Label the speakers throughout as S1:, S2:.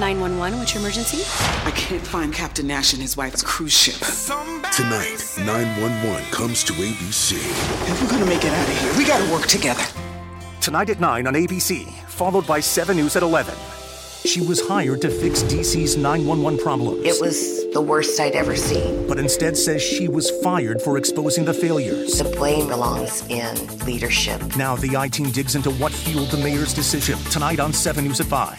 S1: 911, what's your emergency?
S2: I can't find Captain Nash and his wife's cruise ship.
S3: Tonight, 911 comes to ABC.
S2: If we're gonna make it out of here, we gotta work together.
S4: Tonight at 9 on ABC, followed by 7 News at 11. She was hired to fix DC's 911 problems,
S5: It was the worst I'd ever seen.
S4: but instead says she was fired for exposing the failures.
S5: The blame belongs in leadership.
S4: Now the I team digs into what fueled the mayor's decision. Tonight on 7 News at 5.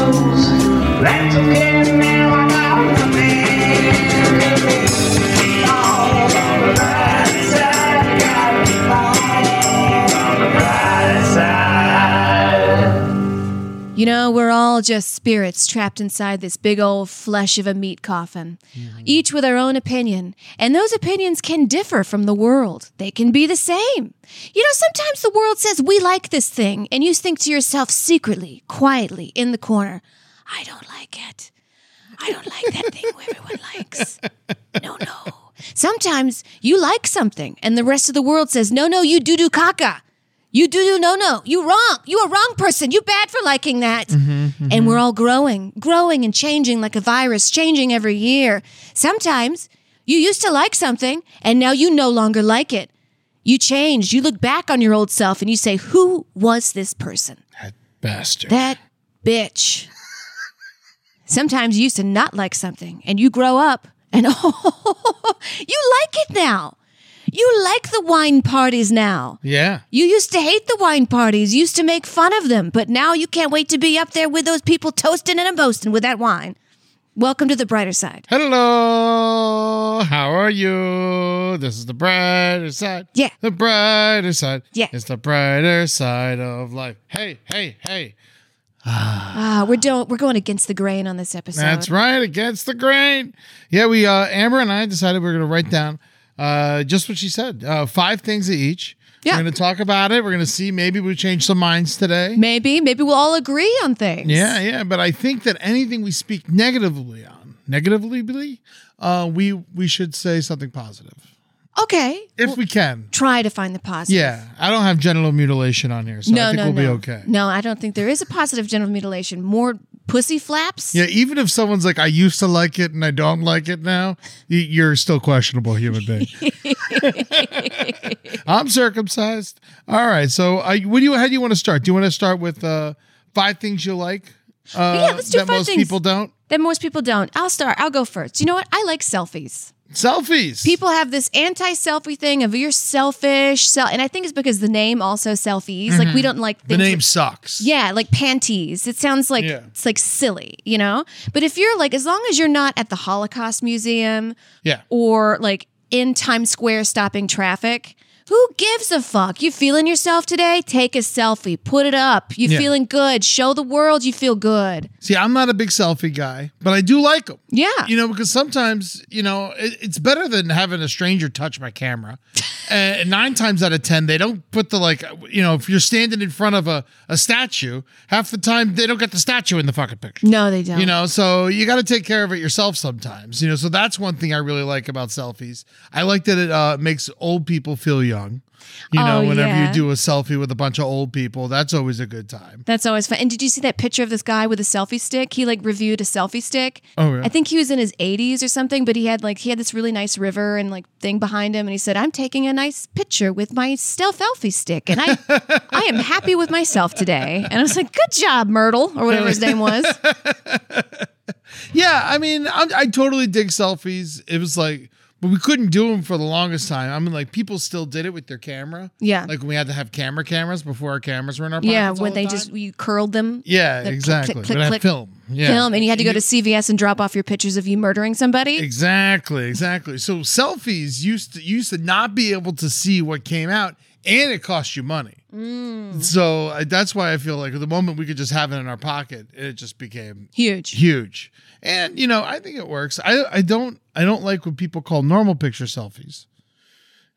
S6: That's okay now, I got the
S7: You know, we're all just spirits trapped inside this big old flesh of a meat coffin, each with our own opinion. And those opinions can differ from the world, they can be the same. You know, sometimes the world says, We like this thing, and you think to yourself secretly, quietly, in the corner, I don't like it. I don't like that thing everyone likes. No, no. Sometimes you like something, and the rest of the world says, No, no, you do do caca. You do do no no. You wrong. You a wrong person. You bad for liking that. And we're all growing, growing and changing like a virus, changing every year. Sometimes you used to like something and now you no longer like it. You change. You look back on your old self and you say, "Who was this person?
S8: Bastard.
S7: That bitch." Sometimes you used to not like something and you grow up and oh, you like it now. You like the wine parties now.
S8: yeah.
S7: You used to hate the wine parties, used to make fun of them, but now you can't wait to be up there with those people toasting and boasting with that wine. Welcome to the brighter side.
S8: Hello. How are you? This is the brighter side.
S7: Yeah.
S8: The brighter side.
S7: Yeah.
S8: It's the brighter side of life. Hey, hey, hey.
S7: Ah, we're doing we're going against the grain on this episode.
S8: That's right. Against the grain. Yeah, we uh Amber and I decided we were gonna write down uh just what she said. Uh five things to each.
S7: Yeah.
S8: We're gonna talk about it. We're gonna see. Maybe we change some minds today.
S7: Maybe, maybe we'll all agree on things.
S8: Yeah, yeah, but I think that anything we speak negatively on, negatively, uh, we we should say something positive
S7: Okay.
S8: if we can.
S7: Try to find the positive.
S8: Yeah, I don't have genital mutilation on here, so I
S7: no,
S8: think
S7: no,
S8: we'll
S7: no.
S8: be okay.
S7: No, I don't think there is a positive genital mutilation. More pussy flaps.
S8: Yeah, even if someone's like, "I used to like it and I don't like it now," y- you're still questionable human being. I'm circumcised. All right, so uh, what do you? How do you want to start? Do you want to start with uh, five things you like? Uh,
S7: Yeah, let's do
S8: that
S7: five
S8: most
S7: things.
S8: people don't.
S7: That most people don't. I'll start. I'll go first. You know what? I like selfies.
S8: Selfies.
S7: people have this anti-selfie thing of you're selfish sel- and i think it's because the name also selfies like we don't like
S8: Mm-hmm. The
S7: things
S8: name sucks.
S7: yeah like panties it sounds like
S8: Yeah.
S7: it's like silly you know but if you're like as long as you're not at the holocaust museum
S8: Yeah.
S7: or like in times square stopping traffic who gives a fuck you feeling yourself today take a selfie put it up you
S8: Yeah.
S7: feeling good show the world you feel good
S8: See, I'm not a big selfie guy, but I do like them.
S7: yeah
S8: You know, because sometimes, you know, it, it's better than having a stranger touch my camera. and nine times out of 10, they don't put the, like, you know, if you're standing in front of a, a statue, half the time they don't get the statue in the fucking picture.
S7: no they don't
S8: You know, so you got to take care of it yourself sometimes. You know, so that's one thing I really like about selfies. I like that it uh, makes old people feel young. You know,
S7: Oh,
S8: whenever
S7: yeah.
S8: you do a selfie with a bunch of old people, that's always a good time.
S7: That's always fun. And did you see that picture of this guy with a selfie stick? He like reviewed a selfie stick.
S8: Oh, yeah.
S7: I think he was in his 80s or something, but he had like he had this really nice river and like thing behind him, and he said, "I'm taking a nice picture with my stealth selfie stick, and I I am happy with myself today." And I was like, "Good job, Myrtle," or whatever his name was.
S8: Yeah, I mean, I, I totally dig selfies. It was like, but we couldn't do them for the longest time. I mean, like people still did it with their camera.
S7: Yeah.
S8: like when we had to have camera cameras before our cameras were in our pockets.
S7: yeah,
S8: all
S7: when
S8: the
S7: they
S8: time.
S7: just you curled them.
S8: yeah
S7: click,
S8: exactly.
S7: click,
S8: We'd have
S7: click,
S8: film, yeah,
S7: Film, and you had to go to CVS and drop off your pictures of you murdering somebody.
S8: Exactly, exactly. So selfies used to used to not be able to see what came out, and it cost you money.
S7: Mm-hmm.
S8: So uh, that's why I feel like the moment we could just have it in our pocket, it just became
S7: Huge.
S8: huge. And you know, I think it works. I I don't I don't like what people call normal picture selfies.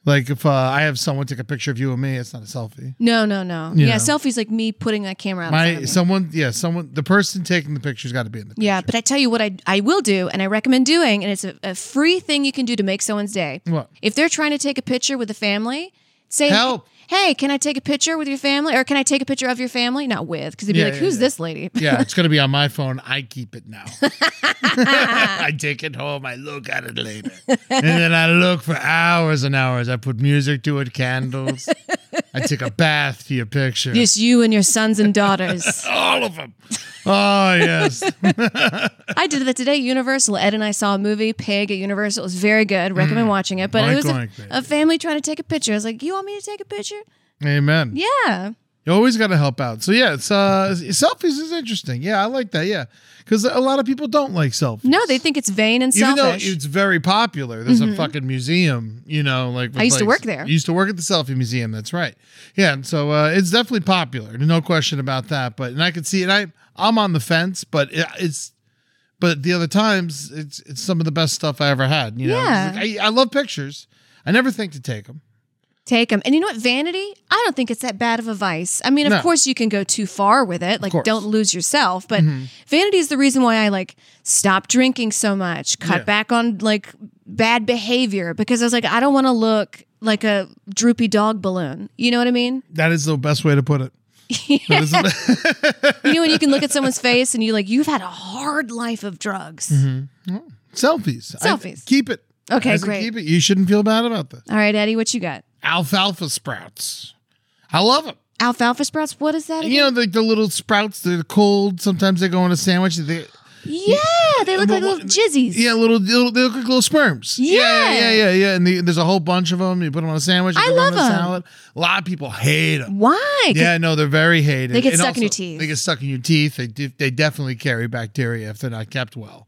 S8: Like if uh, I have someone take a picture of you and me, it's not a selfie.
S7: No, no, no.
S8: You
S7: Yeah,
S8: know.
S7: selfies like me putting that camera out. in front of
S8: My
S7: me.
S8: someone, yeah, someone, the person taking the picture's got to be in the.
S7: Yeah, but I tell you what I, I will do and I recommend doing, and it's a, a free thing you can do to make someone's day.
S8: What?
S7: If they're trying to take a picture with a family, say,
S8: Help.
S7: Hey, can I take a picture with your family? Or can I take a picture of your family? Not with, because they'd be
S8: Yeah,
S7: like,
S8: yeah,
S7: who's
S8: yeah.
S7: this lady?
S8: Yeah, it's gonna be on my phone. I keep it now. I take it home. I look at it later, and then I look for hours and hours. I put music to it, candles. I take a bath to your picture.
S7: Just you and your sons and daughters.
S8: All of them. Oh yes.
S7: I did that today. at Universal. Ed and I saw a movie, Pig, at Universal. It was very good.
S8: Mm.
S7: Recommend watching it. But it
S8: Oink,
S7: was a,
S8: oink, baby.
S7: a family trying to take a picture. I was like, you want me to take a picture?
S8: Amen.
S7: Yeah.
S8: You always got to help out. So yeah, it's uh selfies is interesting. Yeah, I like that. Yeah, because a lot of people don't like selfies.
S7: No, they think it's vain and
S8: even though
S7: selfish. Mm-hmm.
S8: it's very popular. There's a fucking museum. You know, like with,
S7: I used to
S8: like,
S7: work there.
S8: You used to work at the selfie museum. That's right. Yeah, and so uh, it's definitely popular. No question about that. But and I could see it. I I'm on the fence, but it, it's. But the other times, it's it's some of the best stuff I ever had. You know,
S7: Yeah.
S8: Like, I, I love pictures. I never think to take them.
S7: Take them. And you know what? Vanity, I don't think it's that bad of a vice. I mean, of
S8: No.
S7: course you can go too far with it. Like
S8: course. Mm-hmm.
S7: don't lose yourself, but vanity is the reason why I like stopped drinking so much, cut
S8: Yeah.
S7: back on like bad behavior because I was like I don't want to look like a droopy dog balloon. You know what I mean?
S8: That is the best way to put it. That is the-
S7: You know when you can look at someone's face and you like you've had a hard life of drugs.
S8: Mm-hmm. Selfies. I-
S7: Selfies.
S8: keep it.
S7: Okay,
S8: As in,
S7: great.
S8: Keep it. You shouldn't feel bad about this.
S7: All right, Eddie, what you got?
S8: Alfalfa sprouts. I love them.
S7: Alfalfa sprouts? What is that?
S8: You
S7: again?
S8: know, like the little sprouts. They're cold. Sometimes they go in a sandwich. They,
S7: yeah, they look like little jizzies.
S8: yeah, little, little. They look like little sperms. yeah,
S7: Yeah.
S8: yeah, yeah. yeah. And the, there's a whole bunch of them. You put them on a sandwich. You
S7: I
S8: put 'em on
S7: love
S8: a
S7: 'em.
S8: salad. A lot of people hate them.
S7: Why? 'Cause
S8: Yeah, no, they're very hated.
S7: They get
S8: And
S7: stuck in your
S8: also,
S7: teeth.
S8: They get stuck in your teeth. They de- they definitely carry bacteria if they're not kept well.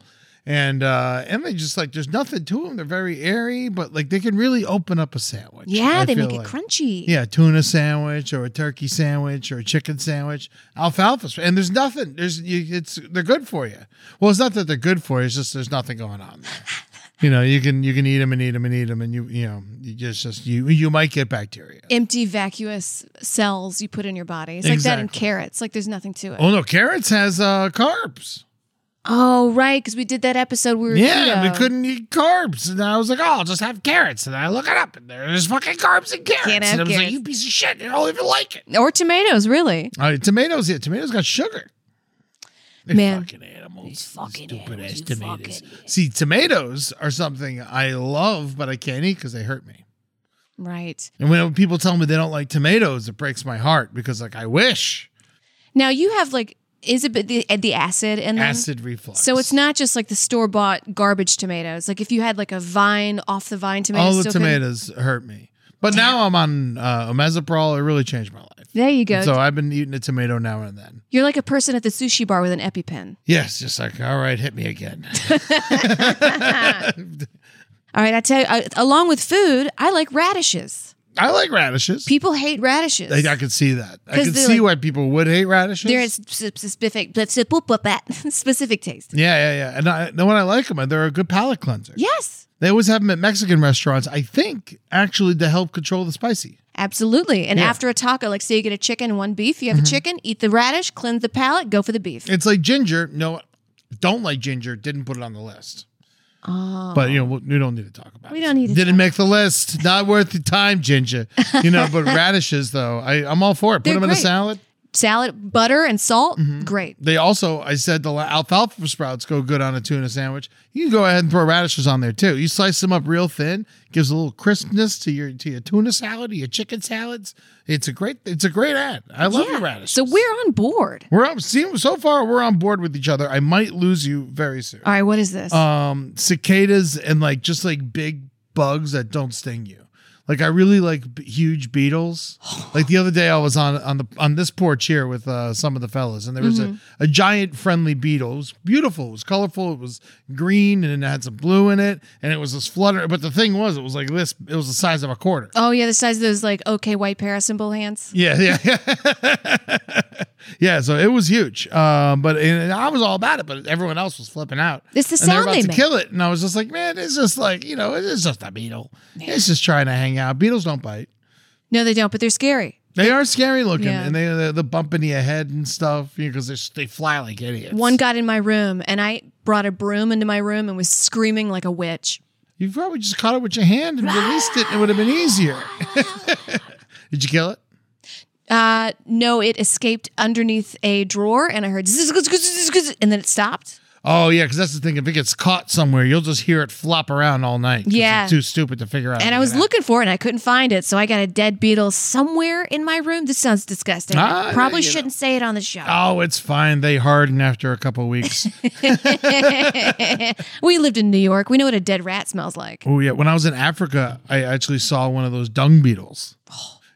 S8: And uh, and they just like there's nothing to them. They're very airy, but like they can really open up a sandwich.
S7: Yeah,
S8: I
S7: they
S8: feel
S7: make it
S8: like.
S7: crunchy.
S8: Yeah, a tuna sandwich or a turkey sandwich or a chicken sandwich, alfalfa, sp- and there's nothing. There's you, it's they're good for you. Well, it's not that they're good for you. It's just there's nothing going on. There. You know, you can you can eat them and eat them and eat them, and you you know you just just you you might get bacteria.
S7: empty vacuous cells you put in your body. It's like that in
S8: Exactly.
S7: carrots. Like there's nothing to it.
S8: Oh no, carrots has uh, carbs.
S7: Oh right, because we did that episode. uh, We were
S8: Yeah,
S7: keto.
S8: we couldn't eat carbs. And I was like, oh, I'll just have carrots. And I look it up, and there's fucking carbs in carrots.
S7: Can't have
S8: and I was
S7: carrots.
S8: like, you piece of shit. I don't even like it.
S7: Or tomatoes, really?
S8: All right, tomatoes, yeah, tomatoes got sugar. They're
S7: Man.
S8: fucking animals. These fucking Stupid ass tomatoes. See, tomatoes are something I love, but I can't eat because they hurt me.
S7: Right.
S8: And when people tell me they don't like tomatoes, it breaks my heart because, like, I wish
S7: Now you have like is it the the acid in them?
S8: acid reflux.
S7: So it's not just like the store bought garbage tomatoes. Like if you had like a vine off the vine tomato,
S8: all the
S7: still couldn't-
S8: tomatoes hurt me. But now I'm on uh, omeprazole. It really changed my life.
S7: There you go.
S8: So I've been eating a tomato now and then.
S7: You're like a person at the sushi bar with an EpiPen.
S8: Yes, just like all right, hit me again.
S7: All right, I tell you. I, along with food, I like radishes.
S8: I like radishes.
S7: People hate radishes.
S8: I, I could see that. I
S7: 'Cause
S8: could
S7: they're
S8: see
S7: like-
S8: why people would hate radishes.
S7: There is sp- specific specific taste.
S8: yeah, yeah, yeah. And I, the one I like them, they're a good palate cleanser.
S7: Yes,
S8: They always have them at Mexican restaurants. I think actually to help control the spicy.
S7: absolutely. And
S8: Yeah. Mm-hmm.
S7: after a taco, like say you get a chicken and one beef, you have a chicken, eat the radish, cleanse the palate, go for the beef.
S8: It's like ginger. No, don't like ginger. Didn't put it on the list. But you know, we we don't need to talk about.
S7: Oh. We
S8: it.
S7: don't need to
S8: Didn't
S7: talk-
S8: make the list. Not worth the time, ginger. You know, but radishes though, I, I'm all for it. Put
S7: They're
S8: them in a
S7: great.
S8: salad. Mm-hmm.
S7: Salad, butter, and salt. Great.
S8: They also, I said the la- alfalfa sprouts go good on a tuna sandwich. You can go ahead and throw radishes on there too. You slice them up real thin, gives a little crispness to your to your tuna salad, to your chicken salads. It's a great, it's a great ad. I love your radishes.
S7: So we're on board.
S8: we're up. See, so far we're on board with each other. I might lose you very soon.
S7: All right, what is this?
S8: um cicadas and like just like big bugs that don't sting you. Like I really like b- huge beetles. Like the other day I was on on the on this porch here with uh, some of the fellas and there was
S7: Mm-hmm.
S8: a, a giant friendly beetle. It was beautiful. It was colorful. It was green and it had some blue in it and it was this flutter but the thing was it was like this it was the size of a quarter.
S7: oh yeah, the size of those like okay white parasymbol hands.
S8: Yeah, yeah. yeah, so it was huge. Um, but and, and I was all about it, but everyone else was flipping out.
S7: It's the
S8: and they're
S7: sound
S8: about
S7: they
S8: to
S7: make.
S8: kill it. And I was just like, man, it's just like, you know, it's just a beetle. It's just trying to hang out. Beetles don't bite.
S7: No, they don't, but they're scary.
S8: They are scary looking
S7: Yeah.
S8: and they the, the bump into your head and stuff because they they fly like idiots.
S7: One got in my room, and I brought a broom into my room and was screaming like a witch.
S8: You probably just caught it with your hand and released it and it would have been easier. Did you kill it?
S7: Uh, no, it escaped underneath a drawer, and I heard zzz, zzz, zzz, zzz, zzz, and then it stopped.
S8: Oh yeah, because that's the thing. If it gets caught somewhere, you'll just hear it flop around all night. 'cause
S7: Yeah.
S8: it's too stupid to figure out. how
S7: And
S8: to
S7: I was
S8: get out.
S7: looking for it, and I couldn't find it. So I got a dead beetle somewhere in my room. This sounds disgusting.
S8: Ah,
S7: Probably
S8: you know.
S7: shouldn't say it on the show.
S8: Oh, it's fine. They harden after a couple weeks.
S7: We lived in New York. We know what a dead rat smells like.
S8: oh yeah, when I was in Africa, I actually saw one of those dung beetles.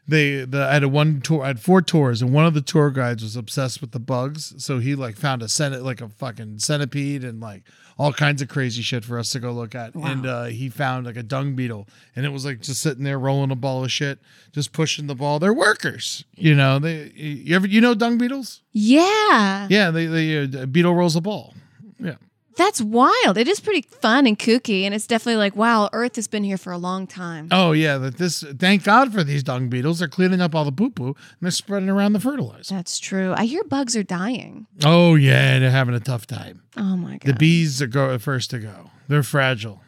S8: They, the, I had a one tour, I had four tours, and one of the tour guides was obsessed with the bugs. So he like found a centi- like a fucking centipede, and like all kinds of crazy shit for us to go look at. And uh, he found like a dung beetle, and it was like just sitting there rolling a ball of shit, just pushing the ball. They're workers, you know. They, you ever, you know, dung beetles?
S7: Yeah,
S8: Yeah, they, they uh, beetle rolls a ball. Yeah.
S7: that's wild. It is pretty fun and kooky, and it's definitely like, wow, Earth has been here for a long time.
S8: Oh yeah, that this. Thank God for these dung beetles. They're cleaning up all the poo poo and they're spreading around the fertilizer.
S7: That's true. I hear bugs are dying.
S8: Oh yeah, they're having a tough time.
S7: Oh my god.
S8: The bees are go are first to go. They're fragile,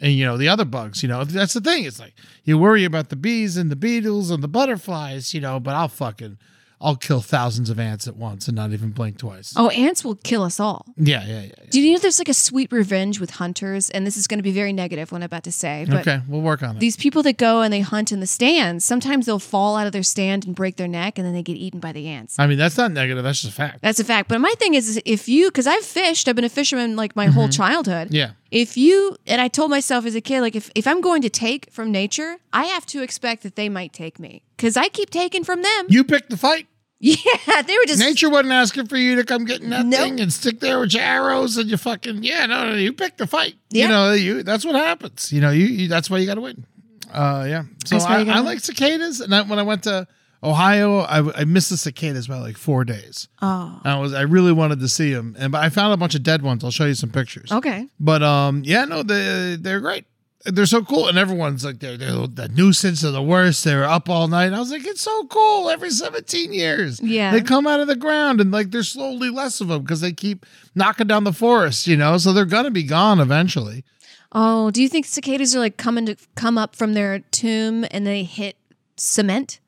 S8: and you know the other bugs. You know that's the thing. It's like you worry about the bees and the beetles and the butterflies. You know, but I'll fucking I'll kill thousands of ants at once and not even blink twice.
S7: oh, ants will kill us all.
S8: Yeah, yeah, yeah. yeah.
S7: Do you know there's like a sweet revenge with hunters? And this is going to be very negative what I'm about to say, but
S8: okay, we'll work on it.
S7: these people that go and they hunt in the stands, sometimes they'll fall out of their stand and break their neck, and then they get eaten by the ants.
S8: I mean, that's not negative. That's just a fact.
S7: That's a fact. But my thing is, is if you, because I've fished, I've been a fisherman like my whole childhood.
S8: Mm-hmm. Yeah.
S7: If you, and I told myself as a kid, like if, if I'm going to take from nature, I have to expect that they might take me because I keep taking from them.
S8: you picked the fight.
S7: yeah. They were just,
S8: Nature wasn't asking for you to come get in that
S7: Nope.
S8: thing and stick there with your arrows and your fucking yeah no no you picked the fight
S7: Yeah.
S8: you know you that's what happens you know you, you that's why you got to win uh yeah so
S7: That's why
S8: I,
S7: you gotta
S8: I
S7: win.
S8: like cicadas and I, when I went to Ohio I, I missed the cicadas by like four days
S7: oh,
S8: I was I really wanted to see them and but I found a bunch of dead ones I'll show you some pictures
S7: okay.
S8: but um, yeah, no, they they're great. They're so cool, and everyone's like, they're, they're the nuisance are the worst. They're up all night. And I was like, it's so cool. Every seventeen years,
S7: Yeah.
S8: they come out of the ground, and like there's slowly less of them because they keep knocking down the forest, you know. So they're gonna be gone eventually.
S7: Oh, do you think cicadas are like coming to come up from their tomb and they hit cement?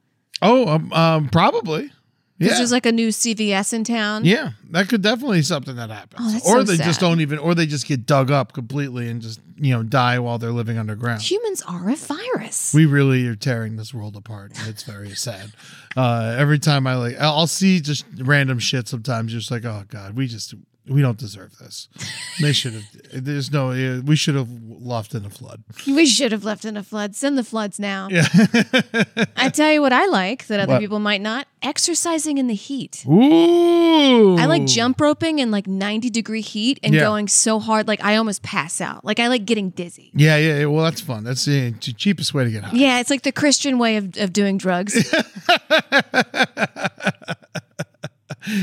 S8: Oh, um, um probably.
S7: Because
S8: Yeah,
S7: there's like a new CVS in town.
S8: yeah, that could definitely be something that happens,
S7: Oh, that's
S8: or
S7: so
S8: they just
S7: sad.
S8: don't even, or they just get dug up completely and just you know die while they're living underground.
S7: Humans are a virus.
S8: We really are tearing this world apart. and It's very sad. Uh, every time I like, I'll I'll see just random shit sometimes, just like, oh god, we just we don't deserve this. They should have. There's no. We should have left in a flood.
S7: We should have left in a flood. Send the floods now. I tell you what I like that other
S8: What?
S7: people might not exercising in the heat.
S8: Ooh.
S7: I like jump roping in like 90 degree heat and
S8: Yeah.
S7: going so hard, like I almost pass out. Like I like getting dizzy.
S8: Yeah, yeah, yeah. Well, that's fun. That's the ch- cheapest way to get high.
S7: Yeah, it's like the Christian way of, of doing drugs.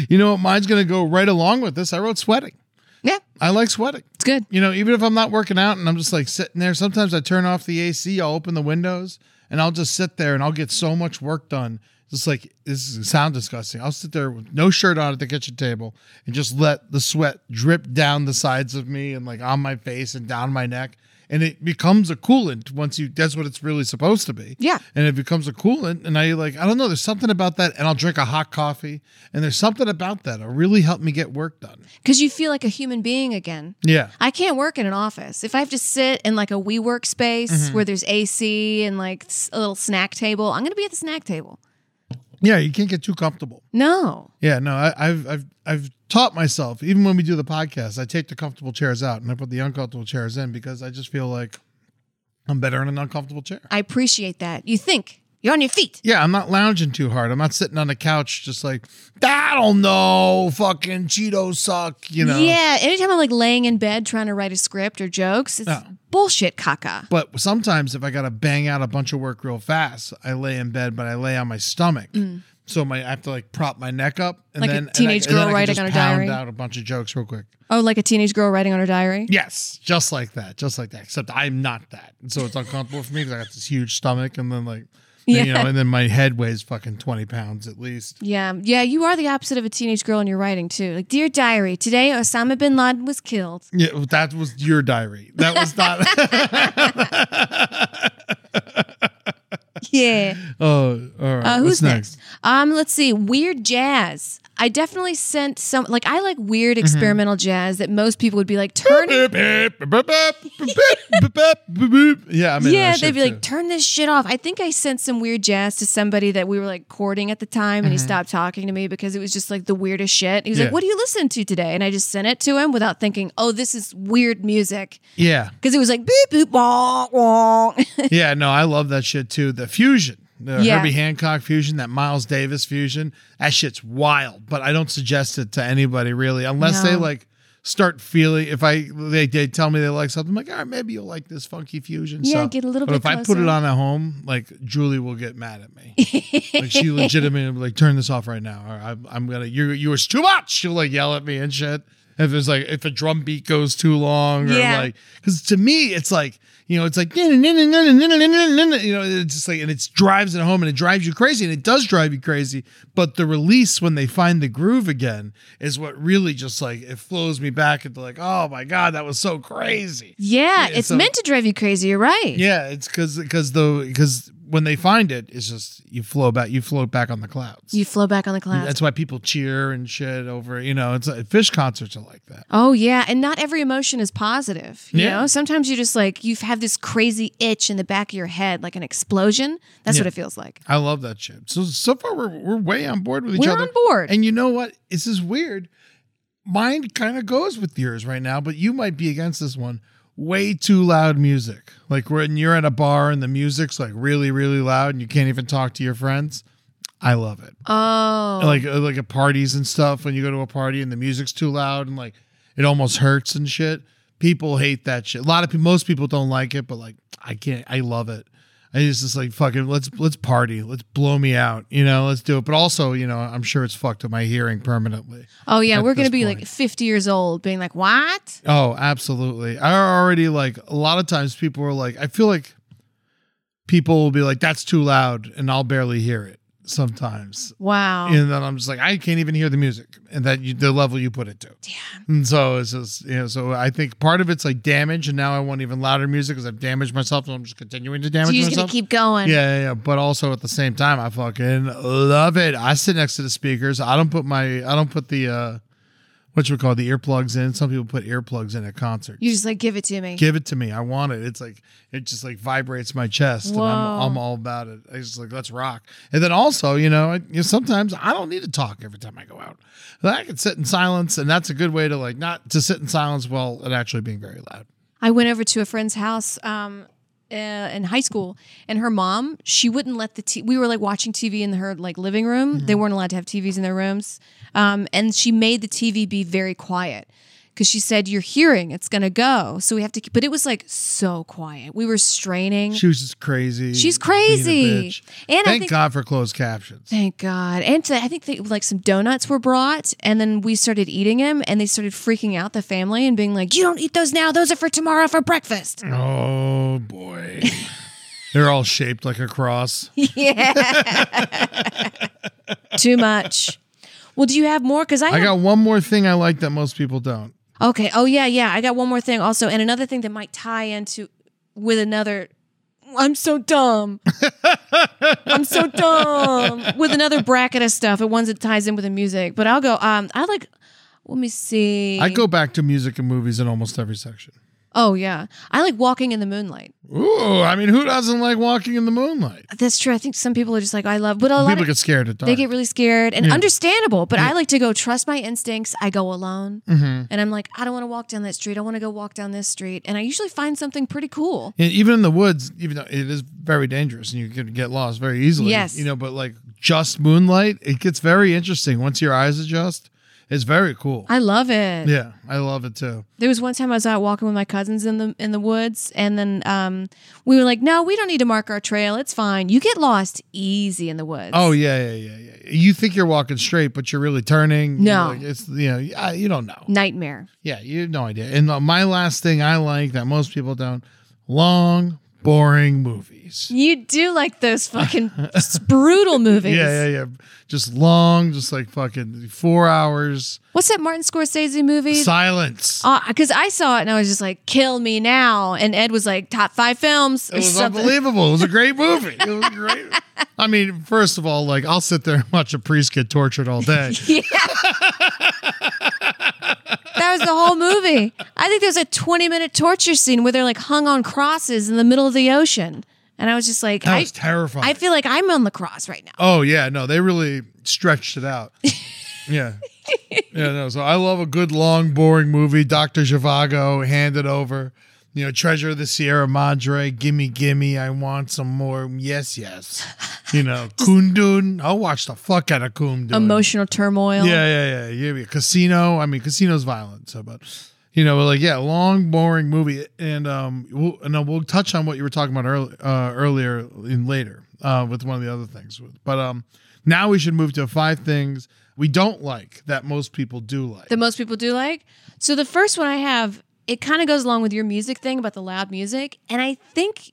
S8: You know what? Mine's gonna go right along with this. I wrote sweating.
S7: yeah,
S8: I like sweating.
S7: it's good.
S8: you know, even if I'm not working out and I'm just like sitting there, sometimes I turn off the AC, I'll open the windows and I'll just sit there and I'll get so much work done. It's like this is sound disgusting. I'll sit there with no shirt on at the kitchen table and just let the sweat drip down the sides of me and like on my face and down my neck. And it becomes a coolant once you that's what it's really supposed to be.
S7: Yeah.
S8: And it becomes a coolant. And I like, I don't know, there's something about that. And I'll drink a hot coffee. And there's something about that. It'll really help me get work done.
S7: Because you feel like a human being again.
S8: Yeah.
S7: I can't work in an office. If I have to sit in like a we work space
S8: Mm-hmm.
S7: where there's AC and like s- a little snack table, I'm going to be at the snack table.
S8: Yeah. You can't get too comfortable.
S7: No.
S8: Yeah, no, I, I've I've I've taught myself. Even when we do the podcast, I take the comfortable chairs out and I put the uncomfortable chairs in because I just feel like I'm better in an uncomfortable chair.
S7: I appreciate that. You think you're on your feet.
S8: Yeah, I'm not lounging too hard. I'm not sitting on the couch just like I don't know, fucking Cheetos suck. You know.
S7: Yeah. Anytime I'm like laying in bed trying to write a script or jokes, it's
S8: No.
S7: bullshit caca.
S8: But sometimes if I gotta bang out a bunch of work real fast, I lay in bed, but I lay on my stomach. So my I have to like prop my neck up and
S7: Mm. Like a
S8: then and I-
S7: teenage
S8: and then
S7: girl
S8: I can
S7: writing
S8: just
S7: on her
S8: pound
S7: diary.
S8: out a bunch of jokes real quick.
S7: Oh, like a teenage girl writing on her diary?
S8: Yes, just like that, just like that. Except I'm not that, And so it's uncomfortable for me because I got this huge stomach, and then like, then, you know,
S7: Yeah.
S8: and then my head weighs fucking twenty pounds at least.
S7: Yeah, yeah, you are the opposite of a teenage girl in your writing too. Like, dear diary, today Osama bin Laden was killed.
S8: Yeah, well, that was your diary. That was not.
S7: Yeah.
S8: oh, all right.
S7: Uh, who's
S8: what's
S7: next? Um, let's see. Weird jazz. I definitely sent some. Like, I like weird experimental jazz that most people would be like, turn.
S8: yeah, I mean,
S7: yeah, they'd be like, turn this shit off. I think I sent some weird jazz to somebody that we were like courting at the time, and he stopped talking to me because it was just like the weirdest shit. He was
S8: Yeah.
S7: like, "What do you listen to today?" And I just sent it to him without thinking, "Oh, this is weird music."
S8: yeah,
S7: Because it was like beep boop wah wah.
S8: yeah. No, I love that shit too. The fusion, the
S7: Yeah.
S8: Herbie Hancock fusion, that Miles Davis fusion. That shit's wild, but I don't suggest it to anybody really, unless they
S7: No.
S8: like start feeling. If I they, they tell me they like something, I'm like all right, maybe you'll like this funky fusion.
S7: Yeah,
S8: stuff."
S7: get a little
S8: But
S7: bit
S8: if I put it
S7: closer.
S8: on at home, like Julie will get mad at me. like she legitimately will be like turn this off right now, or I'm, I'm gonna you you was too much. She'll like yell at me and shit. If it's like if a drum beat goes too long, or
S7: Yeah.
S8: like because to me it's like you know it's like you know it's just like and it drives it home and it drives you crazy and it does drive you crazy. But the release when they find the groove again is what really just like it flows me back into like oh my god that was so crazy.
S7: Yeah,
S8: Yeah,
S7: it's
S8: so-
S7: meant to drive you crazy. You're right.
S8: Yeah, it's because because the because when they find it, it's just you flow back you float back on the clouds.
S7: You flow back on the clouds.
S8: That's why people cheer and shit over. You know, it's like, fish concerts are like that.
S7: oh yeah, and not every emotion is positive. You
S8: Yeah.
S7: know, sometimes you just like you have this crazy itch in the back of your head, like an explosion. That's what it feels like.
S8: I love that shit. So so far we're we're way on board with each
S7: We're
S8: other.
S7: on board.
S8: And you know what? This is weird. Mine kind of goes with yours right now, but you might be against this one. Way too loud music. Like when you're at a bar and the music's like really really loud and you can't even talk to your friends. I love it.
S7: Oh,
S8: like uh, like at parties and stuff when you go to a party and the music's too loud and like it almost hurts and shit. People hate that shit. A lot of people, most people don't like it, but like I can't. I love it. I just just like fucking let's let's party, let's blow me out, you know, let's do it. But also, you know, I'm sure it's fucked up my hearing permanently.
S7: oh yeah,
S8: at
S7: we're gonna
S8: this
S7: be
S8: point.
S7: like 50 years old, being like, what?
S8: Oh, absolutely. I already like a lot of times people are like, I feel like people will be like, that's too loud, and I'll barely hear it sometimes.
S7: Wow.
S8: and then I'm just like, I can't even hear the music, and that you, the level you put it to. Yeah. And so it's just you know, so I think part of it's like damage, and now I want even louder music because I've damaged myself, and I'm just continuing to damage
S7: so you're just
S8: myself.
S7: gonna keep going.
S8: yeah, yeah, yeah. But also at the same time, I fucking love it. I sit next to the speakers. I don't put my, I don't put the, uh what you would call the earplugs in. Some people put earplugs in at concerts.
S7: You just like give it to me.
S8: Give it to me. I want it. It's like it just like vibrates my chest, and I'm, I'm all about it. I just like let's rock. And then also, you know, I, you know, sometimes I don't need to talk every time I go out. I can sit in silence, and that's a good way to like not to sit in silence while it actually being very loud.
S7: I went over to a friend's house um, uh, in high school, and her mom she wouldn't let the t- we were like watching TV in her like living room. They weren't allowed to have TVs in their rooms, um, and she made the TV be very quiet because she said your hearing it's gonna go, so we have to. keep But it was like so quiet. We were straining.
S8: She was just crazy.
S7: She's
S8: being a
S7: crazy.
S8: bitch.
S7: And I
S8: thank
S7: think-
S8: God for closed captions.
S7: Thank God. And so I think they, like some donuts were brought, and then we started eating them, and they started freaking out the family and being like, "You don't eat those now; those are for tomorrow for breakfast."
S8: Oh boy. They're all shaped like a cross.
S7: Too much. Well, do you have more? Because I,
S8: I
S7: have-
S8: got one more thing I like that most people don't.
S7: Okay. Oh yeah, yeah. I got one more thing also, and another thing that might tie into with another. I'm so dumb. I'm so dumb with another bracket of stuff. It ones that ties in with the music, but I'll go. Um, I like. Let me see.
S8: I go back to music and movies in almost every section.
S7: Oh yeah, I like walking in the moonlight.
S8: Ooh, I mean, who doesn't like walking in the moonlight?
S7: That's true. I think some people are just like I love, but a lot
S8: People
S7: of
S8: get scared at dark.
S7: they get really scared and understandable. But I like to go trust my instincts. I go alone,
S8: Mm-hmm.
S7: and I'm like I don't want to walk down that street. I want to go walk down this street, and I usually find something pretty cool.
S8: And even in the woods, even though it is very dangerous and you can get lost very easily.
S7: Yes.
S8: You know, but like just moonlight, it gets very interesting once your eyes adjust. It's very cool.
S7: I love it.
S8: yeah, I love it too.
S7: There was one time I was out walking with my cousins in the in the woods, and then um, we were like, "No, we don't need to mark our trail. It's fine. You get lost easy in the woods."
S8: Oh yeah, yeah, yeah, yeah. You think you're walking straight, but you're really turning. You
S7: No.
S8: know, like, it's you know, I- you don't know.
S7: nightmare.
S8: Yeah, you have no idea. And uh, my last thing I like that most people don't: long, boring movies.
S7: You do like those fucking s- brutal movies.
S8: Yeah, yeah, yeah. Just long, just like fucking four hours.
S7: What's that Martin Scorsese movie?
S8: Silence.
S7: Because uh, I saw it and I was just like, "Kill me now," and Ed was like, "Top five films."
S8: It
S7: or
S8: was
S7: something.
S8: unbelievable. It was a great movie. It was great. I mean, first of all, like I'll sit there and watch a priest get tortured all day.
S7: That was the whole movie. I think there's a 20 minute torture scene where they're like hung on crosses in the middle of the ocean, and I was just like,
S8: That
S7: I,
S8: was terrifying.
S7: I feel like I'm on the cross right now.
S8: Oh yeah, no, they really stretched it out. yeah. Yeah, no. So I love a good long, boring movie. Doctor Zhivago, Hand It Over, you know, Treasure of the Sierra Madre, Gimme Gimme, I want some more. Yes, yes. You know, Kundun. I'll watch the fuck out of Kundun.
S7: emotional turmoil.
S8: Yeah, yeah, yeah, yeah, yeah. Casino. I mean, Casino's violent, so but you know, but like yeah, long, boring movie, and um, we'll, and uh, we'll touch on what you were talking about earlier, uh, earlier in later uh, with one of the other things. But um, now we should move to five things we don't like that most people do like.
S7: That most people do like. So the first one I have, it kind of goes along with your music thing about the loud music. And I think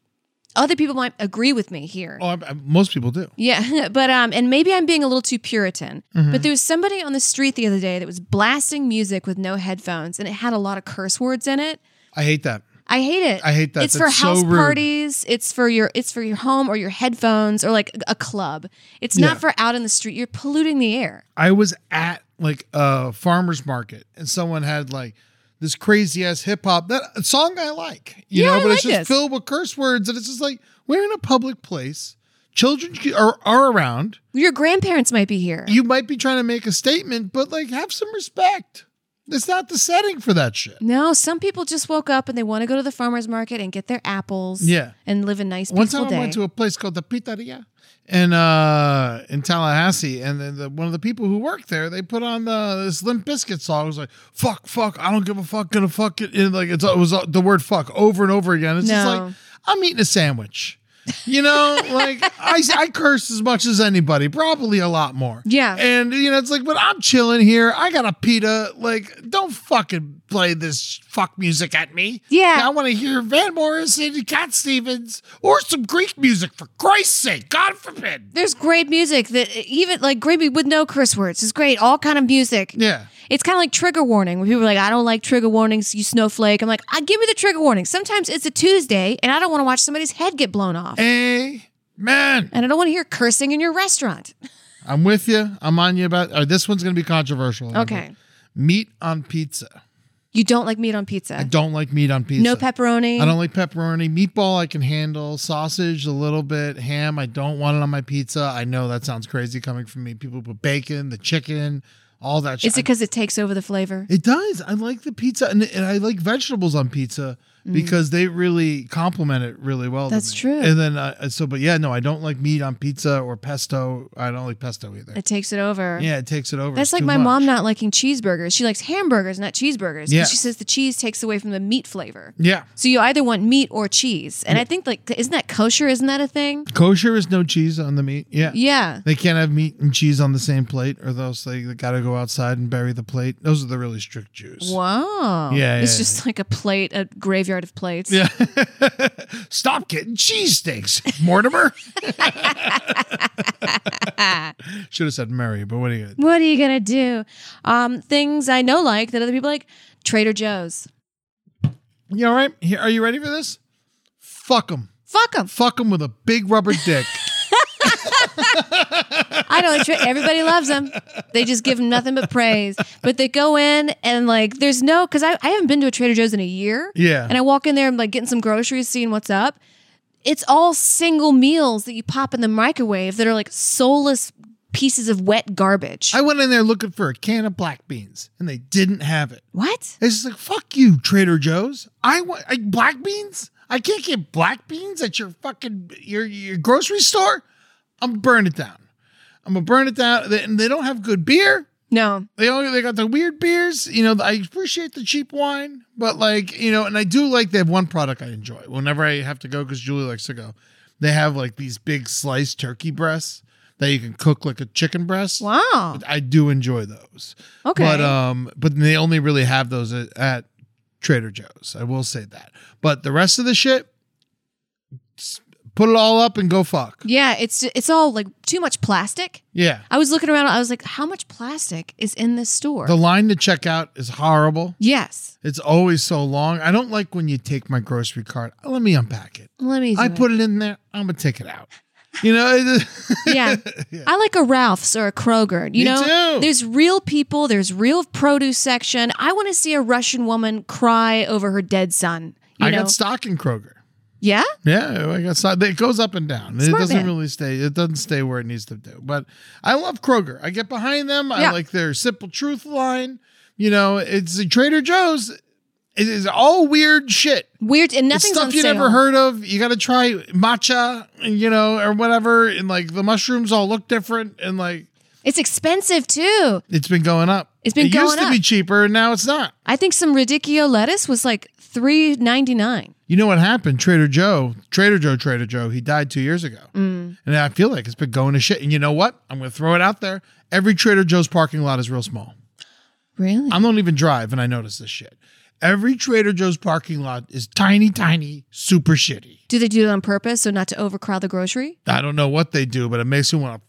S7: other people might agree with me here.
S8: oh, I, I, most people do.
S7: Yeah, but um, and maybe I'm being a little too Puritan, but there was somebody on the street the other day that was blasting music with no headphones, and it had a lot of curse words in it.
S8: I hate that.
S7: I hate it.
S8: I hate that.
S7: It's
S8: That's
S7: for house
S8: so rude.
S7: parties. It's for your. It's for your home or your headphones or like a club. It's not
S8: Yeah.
S7: for out in the street. You're polluting the air.
S8: I was at like a farmer's market and someone had like this crazy ass hip hop that a song I like, you
S7: Yeah,
S8: know,
S7: I
S8: but it's
S7: like
S8: just
S7: this.
S8: filled with curse words and it's just like we're in a public place. Children are, are around.
S7: Your grandparents might be here.
S8: You might be trying to make a statement, but like have some respect. It's not the setting for that shit.
S7: No, some people just woke up and they want to go to the farmers market and get their apples.
S8: Yeah.
S7: and live a nice
S8: One
S7: peaceful
S8: time
S7: day.
S8: I went to a place called the Pizzeria in uh in Tallahassee, and then the, one of the people who worked there, they put on the this Limp Bizkit song. It was like fuck, fuck, I don't give a fuck, gonna fuck it. And like it's, it was uh, the word fuck over and over again. It's just
S7: No.
S8: like I'm eating a sandwich. You know, like I, I curse as much as anybody, probably a lot more.
S7: Yeah.
S8: And, you know, it's like, but I'm chilling here. I got a pita. Like, don't fucking play this fuck music at me.
S7: Yeah.
S8: I want to hear Van Morrison, Cat Stevens, or some Greek music for Christ's sake. God forbid.
S7: There's great music that even like great mu- with no curse words is great. All kind of music.
S8: Yeah.
S7: It's kind of like trigger warning when people are like, I don't like trigger warnings, you snowflake. I'm like, I give me the trigger warning. Sometimes it's a Tuesday and I don't want to watch somebody's head get blown off.
S8: Amen.
S7: and I don't want to hear cursing in your restaurant.
S8: I'm with you. I'm on you about. Uh, this one's going to be controversial.
S7: Okay.
S8: Meat on pizza.
S7: You don't like meat on pizza.
S8: I don't like meat on pizza.
S7: no pepperoni.
S8: I don't like pepperoni. Meatball, I can handle. Sausage, a little bit. Ham, I don't want it on my pizza. I know that sounds crazy coming from me. People put bacon, the chicken, all that shit.
S7: Is it because it takes over the flavor?
S8: It does. I like the pizza, and, and I like vegetables on pizza because they really complement it really well. to
S7: Mm. That's
S8: me.
S7: true.
S8: And then uh, so, but yeah, no, I don't like meat on pizza or pesto. I don't like pesto either.
S7: It takes it over.
S8: yeah, it takes it over.
S7: That's
S8: It's
S7: like
S8: too
S7: my
S8: much.
S7: mom not liking cheeseburgers. She likes hamburgers, not cheeseburgers. 'cause
S8: Yeah.
S7: She says the cheese takes away from the meat flavor.
S8: Yeah,
S7: So you either want meat or cheese. And I think like isn't that kosher? Isn't that a thing?
S8: kosher is no cheese on the meat. Yeah.
S7: Yeah.
S8: They can't have meat and cheese on the same plate, or else they got to go outside and bury the plate. Those are the really strict Jews.
S7: Wow.
S8: Yeah,
S7: It's
S8: yeah,
S7: just like a plate, a graveyard of plates.
S8: Yeah. Stop getting cheesesteaks, Mortimer. Should have said Murray, but what are you?
S7: What are you gonna do? Um, things I know like that other people like Trader Joe's.
S8: You all right? Here, are you ready for this? Fuck them.
S7: Fuck them.
S8: Fuck them with a big rubber dick.
S7: I know tra- everybody loves them. They just give them nothing but praise. But they go in and like, there's no because I, I haven't been to a Trader Joe's in a year.
S8: Yeah.
S7: and I walk in there, I'm like getting some groceries, seeing what's up. It's all single meals that you pop in the microwave that are like soulless pieces of wet garbage.
S8: I went in there looking for a can of black beans, and they didn't have it.
S7: what?
S8: It's just like fuck you, Trader Joe's. I want like black beans. I can't get black beans at your fucking your your grocery store. I'm burn it down. I'm gonna burn it down. They- And they don't have good beer.
S7: No.
S8: They only they got the weird beers. You know, I appreciate the cheap wine, but like you know, and I do like they have one product I enjoy whenever I have to go because Julie likes to go. They have like these big sliced turkey breasts that you can cook like a chicken breast.
S7: Wow.
S8: I do enjoy those.
S7: Okay.
S8: But um, but they only really have those at, at Trader Joe's. I will say that. But the rest of the shit, s- put it all up and go fuck.
S7: Yeah, it's it's all like too much plastic.
S8: Yeah.
S7: I was looking around. I was like, how much plastic is in this store?
S8: The line to check out is horrible.
S7: yes.
S8: It's always so long. I don't like when you take my grocery cart. Let me unpack it.
S7: Let me.
S8: I
S7: do
S8: put it in there. I'm gonna take it out. You know. it-
S7: yeah. I like a Ralph's or a Kroger. You
S8: Me
S7: know,
S8: too.
S7: there's real people, there's real produce section. I want to see a Russian woman cry over her dead son. You
S8: I
S7: know?
S8: got stock in Kroger.
S7: yeah.
S8: Yeah, I guess I- it goes up and down. it
S7: Smart
S8: doesn't
S7: man.
S8: really stay. It doesn't stay where it needs to do. But I love Kroger. I get behind them.
S7: Yeah.
S8: I like their simple truth line. You know, it's the Trader Joe's. It is all weird shit.
S7: Weird and
S8: It's
S7: nothing's
S8: stuff
S7: on
S8: you
S7: sale.
S8: never heard of. You got to try matcha, and, you know, or whatever. And like the mushrooms all look different, and like
S7: It's expensive too.
S8: it's been going up.
S7: It's been
S8: it
S7: going
S8: used to
S7: up.
S8: be cheaper, and now it's not.
S7: I think some radicchio lettuce was like three ninety nine.
S8: You know what happened? Trader Joe, Trader Joe, Trader Joe, he died two years ago. And I feel like it's been going to shit. And you know what? I'm going to throw it out there. Every Trader Joe's parking lot is real small.
S7: Really?
S8: I don't even drive, and I notice this shit. Every Trader Joe's parking lot is tiny, tiny, super shitty.
S7: do they do it on purpose so not to overcrowd the grocery?
S8: I don't know what they do, but it makes me want to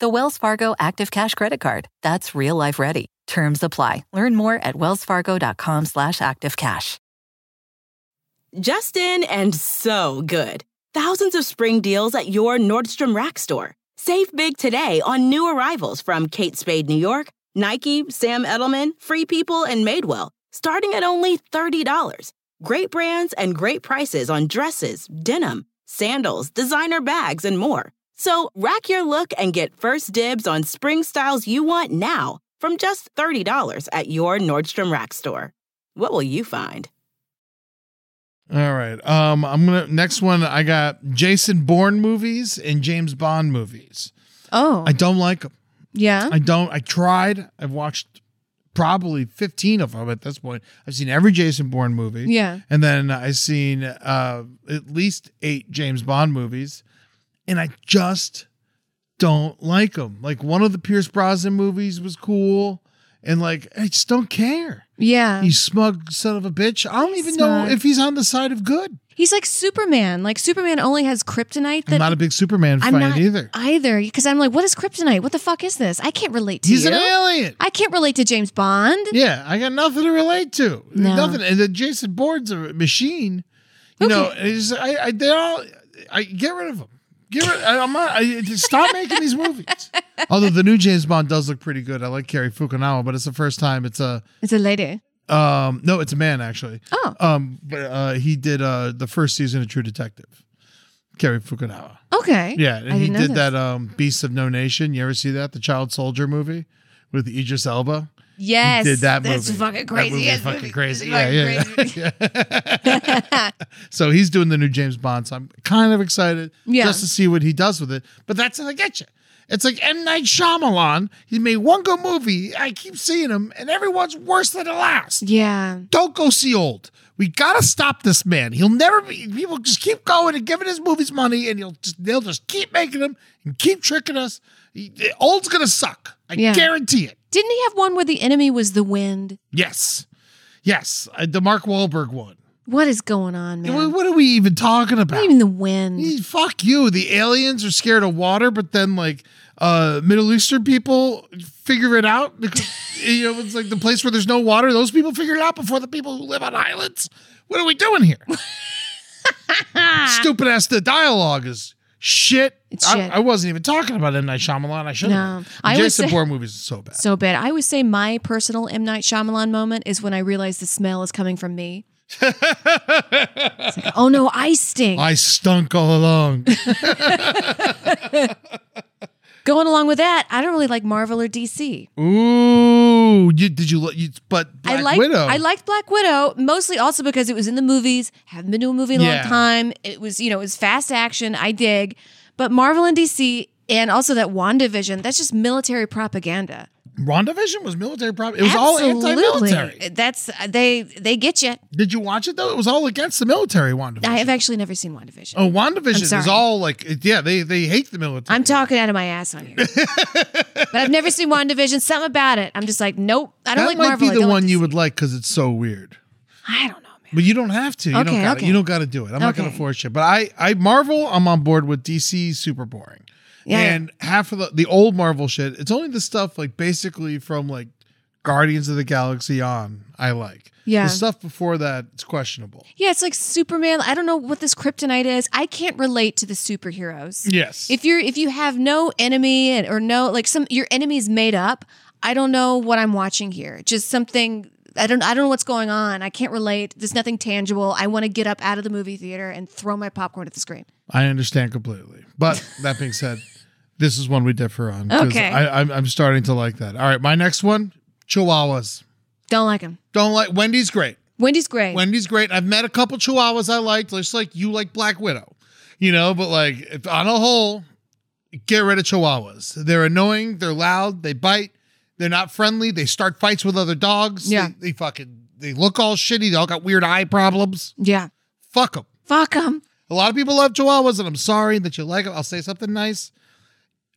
S1: The Wells Fargo Active Cash Credit Card. That's real life ready. Terms apply. Learn more at wellsfargo.com slash activecash.
S9: Justin and so good. Thousands of spring deals at your Nordstrom Rack store. Save big today on new arrivals from Kate Spade New York, Nike, Sam Edelman, Free People, and Madewell, starting at only $30. Great brands and great prices on dresses, denim, sandals, designer bags, and more. So rack your look and get first dibs on spring styles you want now from just $30 at your Nordstrom Rack store. What will you find?
S8: All right. Um, I'm gonna next one. I got Jason Bourne movies and James Bond movies.
S7: Oh,
S8: I don't like them.
S7: yeah.
S8: I don't. I tried. I've watched probably 15 of them at this point. I've seen every Jason Bourne movie.
S7: Yeah.
S8: And then I've seen uh, at least eight James Bond movies. And I just don't like them. Like one of the Pierce Brosnan movies was cool. And like, I just don't care.
S7: yeah.
S8: You smug son of a bitch. I don't even
S7: Smug.
S8: know if he's on the side of good.
S7: He's like Superman. Like Superman only has kryptonite that
S8: I'm not a big Superman
S7: I'm
S8: fan
S7: not
S8: either.
S7: Either because I'm like, what is kryptonite? What the fuck is this? I can't relate to
S8: He's
S7: you.
S8: an alien.
S7: I can't relate to James Bond.
S8: Yeah, I got nothing to relate to.
S7: No.
S8: Nothing. And then Jason Bourne's a machine. You know, it's, I, I they all. I get rid of them. Get rid. I, I'm not. I, just stop making these movies. Although the new James Bond does look pretty good. I like Cary Fukunaga, but it's the first time it's a
S7: It's a lady.
S8: um no, it's a man actually.
S7: Oh.
S8: Um, but uh, he did uh the first season of True Detective. Cary Fukunaga.
S7: Okay.
S8: Yeah, and
S7: I
S8: he
S7: didn't know
S8: did uh,
S7: this.
S8: that um Beasts of No Nation. You ever see that? The Child Soldier movie with Idris Elba.
S7: Yes,
S8: did that
S7: that's
S8: movie.
S7: fucking
S8: That
S7: crazy.
S8: movie's
S7: Yes,
S8: fucking
S7: movie.
S8: crazy.
S7: It's
S8: Yeah, yeah, yeah. Yeah. so he's doing the new James Bond. So I'm kind of excited
S7: Yeah.
S8: just to see what he does with it. But that's how I get you. It's like M Night Shyamalan. He made one good movie. I keep seeing him, and everyone's worse than the last.
S7: Yeah.
S8: Don't go see old. We gotta stop this man. He'll never be. People just keep going and giving his movies money, and he'll just they'll just keep making them and keep tricking us. He- old's gonna suck. I
S7: Yeah.
S8: guarantee it.
S7: Didn't he have one where the enemy was the wind?
S8: Yes. Yes. Uh, the Mark Wahlberg one.
S7: What is going on, man?
S8: What, what are we even talking about?
S7: Not even the wind.
S8: Hey, Fuck you. The aliens are scared of water, but then like uh Middle Eastern people figure it out because you know it's like the place where there's no water, those people figure it out before the people who live on islands. What are we doing here? Stupid ass the dialogue is shit.
S7: It's
S8: I,
S7: shit.
S8: I wasn't even talking about M Night Shyamalan. I should
S7: No.
S8: have.
S7: I
S8: Jason
S7: always say-
S8: Bourne movies is so bad.
S7: So bad. I always say my personal M Night Shyamalan moment is when I realize the smell is coming from me. It's like, oh no, I stink.
S8: I stunk all along.
S7: Going along with that, I don't really like Marvel or DC.
S8: Ooh, you, did you? lo- you but Black
S7: I liked,
S8: Widow.
S7: I liked Black Widow mostly also because it was in the movies. Haven't been to a movie in a
S8: Yeah.
S7: long time. It was you know it was fast action. I dig, but Marvel and DC and also that WandaVision. That's just military propaganda.
S8: WandaVision was military propaganda. It was all
S7: Absolutely.
S8: anti-military.
S7: That's they they get you.
S8: Did you watch it though? It was all against the military. WandaVision.
S7: I have actually never seen WandaVision.
S8: Oh, WandaVision
S7: sorry.
S8: is all like, it- yeah, they they hate the military.
S7: I'm talking out of my ass on here, but I've never seen WandaVision. Something about it. I'm just like, nope. I don't
S8: that
S7: like
S8: might
S7: Marvel. I
S8: be the
S7: don't like
S8: one you would like because it's so weird.
S7: I don't
S8: know, man. But you don't have to. You don't
S7: Okay,
S8: got
S7: okay.
S8: You don't got to do it. I'm not going to
S7: Okay.
S8: force you. But I I Marvel. I'm on board with DC. Super boring.
S7: Yeah, yeah.
S8: and half of the the old Marvel shit. It's only the stuff like basically from like Guardians of the Galaxy on. I like.
S7: Yeah.
S8: The stuff before that it's questionable.
S7: Yeah, it's like Superman. I don't know what this kryptonite is. I can't relate to the superheroes.
S8: Yes.
S7: If you're if you have no enemy and, or no like some your enemy's made up, I don't know what I'm watching here. Just something I don't I don't know what's going on. I can't relate. There's nothing tangible. I want to get up out of the movie theater and throw my popcorn at the screen.
S8: I understand completely. But that being said, this is one we differ on. 'cause
S7: Okay.
S8: I, I'm, I'm starting to like that. All right. My next one Chihuahuas.
S7: Don't like him.
S8: Don't like Wendy's great.
S7: Wendy's great.
S8: Wendy's great. I've met a couple Chihuahuas I liked, just like you like Black Widow, you know, but like if on a whole, get rid of Chihuahuas. They're annoying. They're loud. They bite. They're not friendly. They start fights with other dogs.
S7: Yeah.
S8: They, they fucking, they look all shitty. They all got weird eye problems.
S7: yeah.
S8: Fuck them.
S7: Fuck him.
S8: A lot of people love Chihuahuas, and I'm sorry that you like them. I'll say something nice.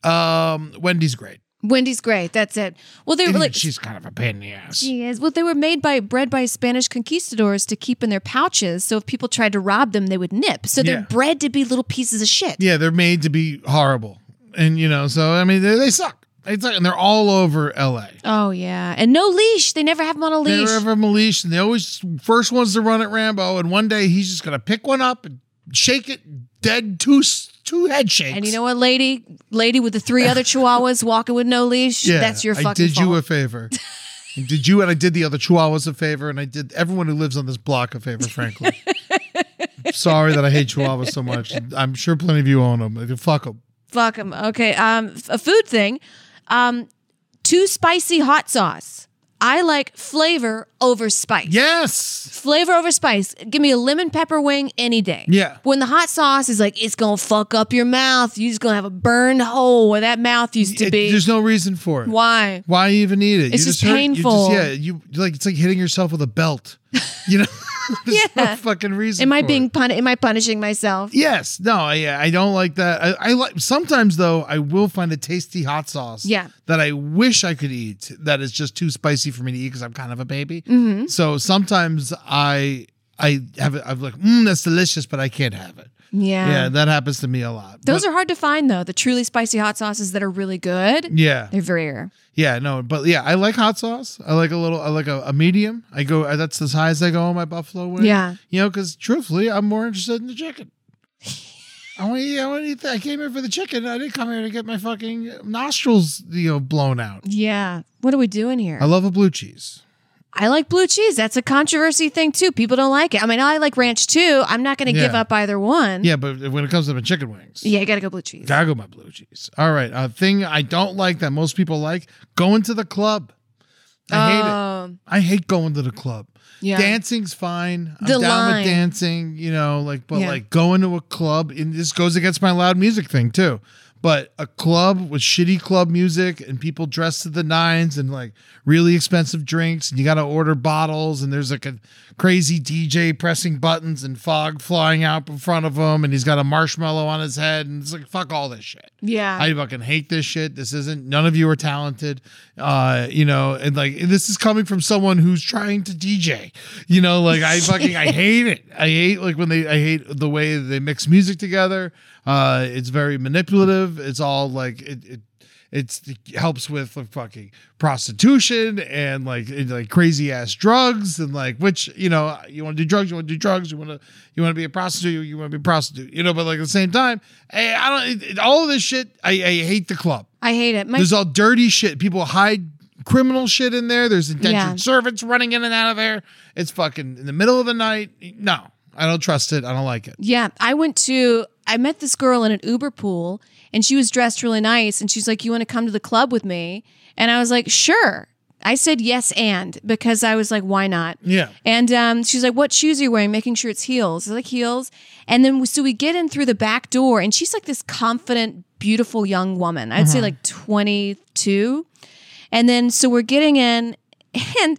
S8: Um, Wendy's great.
S7: Wendy's great. That's it. Well, they were like
S8: Mm-hmm. She's kind of a pain in the ass.
S7: She is. Well, they were made by bred by Spanish conquistadors to keep in their pouches. So if people tried to rob them, they would nip. So they're
S8: Yeah.
S7: bred to be little pieces of shit.
S8: Yeah, they're made to be horrible, and you know, so I mean, they, they suck. They suck, and they're all over L.A.
S7: Oh yeah, and no leash. They never have them on a leash.
S8: They're over Malish, and they always first ones to run at Rambo. And one day he's just gonna pick one up and shake it dead two s- two head shakes.
S7: and you know what, lady, lady with the three other Chihuahuas walking with no leash. that's your fucking
S8: I did
S7: fault.
S8: you a favor. And did you and I did the other Chihuahuas a favor, and I did everyone who lives on this block a favor. Frankly, I'm sorry that I hate Chihuahuas so much. I'm sure plenty of you own them. Fuck them.
S7: Fuck them. Okay. Um, f- a food thing. Um, too spicy hot sauce. I like flavor over spice.
S8: Yes.
S7: Flavor over spice. Give me a lemon pepper wing any day.
S8: Yeah.
S7: When the hot sauce is like, it's gonna fuck up your mouth. You're just gonna have a burned hole where that mouth used to
S8: It-
S7: be.
S8: there's no reason for it.
S7: Why?
S8: Why even eat it?
S7: It's just
S8: hurt-
S7: painful.
S8: You just, yeah, you like it's like hitting yourself with a belt. You know, there's no
S7: Yeah.
S8: fucking reason.
S7: Am I
S8: for
S7: being
S8: it.
S7: pun? Am I punishing myself?
S8: Yes. No. I I don't like that. I, I like sometimes though. I will find a tasty hot sauce.
S7: Yeah.
S8: That I wish I could eat. That is just too spicy for me to eat because I'm kind of a baby.
S7: Mhm.
S8: So sometimes I I have it. I'm like, mm, that's delicious, but I can't have it.
S7: Yeah.
S8: Yeah, that happens to me a lot.
S7: Those
S8: But-
S7: are hard to find though. The truly spicy hot sauces that are really good.
S8: Yeah.
S7: They're very rare.
S8: Yeah, no, but yeah, I like hot sauce. I like a little, I like a, a medium. I go, I- that's as high as I go on my buffalo wing.
S7: Yeah.
S8: you know, because truthfully, I'm more interested in the chicken. I want to eat. I want to eat. That. I came here for the chicken. I didn't come here to get my fucking nostrils, you know, blown out.
S7: Yeah. What are we doing here?
S8: I love a blue cheese.
S7: I like blue cheese. That's a controversy thing too. People don't like it. I mean, I like ranch too. I'm not going to give
S8: Yeah.
S7: up either one.
S8: Yeah, but when it comes to my chicken wings,
S7: Yeah, you got to go blue cheese.
S8: gotta go my blue cheese. All right, a thing I don't like that most people like: going to the club. I hate
S7: Oh.
S8: it. I hate going to the club.
S7: Yeah.
S8: Dancing's fine. I'm
S7: The
S8: down
S7: line.
S8: with dancing, you know, like but
S7: Yeah.
S8: like going to a club and this goes against my loud music thing too. But a club with shitty club music and people dressed to the nines and like really expensive drinks and you got to order bottles and there's like a crazy DJ pressing buttons and fog flying out in front of him and he's got a marshmallow on his head and it's like fuck all this shit.
S7: Yeah.
S8: I fucking hate this shit. This isn't none of you are talented. Uh, you know, and like and this is coming from someone who's trying to DJ. You know, like I fucking I hate it. I hate like when they I hate the way they mix music together. Uh it's very manipulative. It's all like it, it it's it helps with like, fucking prostitution and like and, like crazy ass drugs and like which you know you want to do drugs you want to do drugs you want to you want to be a prostitute you want to be a prostitute you know but like at the same time I, I don't it, it- all of this shit I, I hate the club
S7: I hate it. My,
S8: there's all dirty shit people hide criminal shit in there there's indentured
S7: Yeah.
S8: servants running in and out of there it's fucking in the middle of the night no I don't trust it I don't like it
S7: Yeah, I went to I met this girl in an Uber pool and she was dressed really nice and she's like, "You want to come to the club with me?" And I was like, "Sure." I said yes and because I was like, "Why not?"
S8: yeah
S7: And um, she's like, "What shoes are you wearing?" Making sure it's heels. I was like heels, and then we- so we get in through the back door, and she's like this confident, beautiful young woman. I'd say
S10: Mhm.
S7: like twenty two, and then so we're getting in, and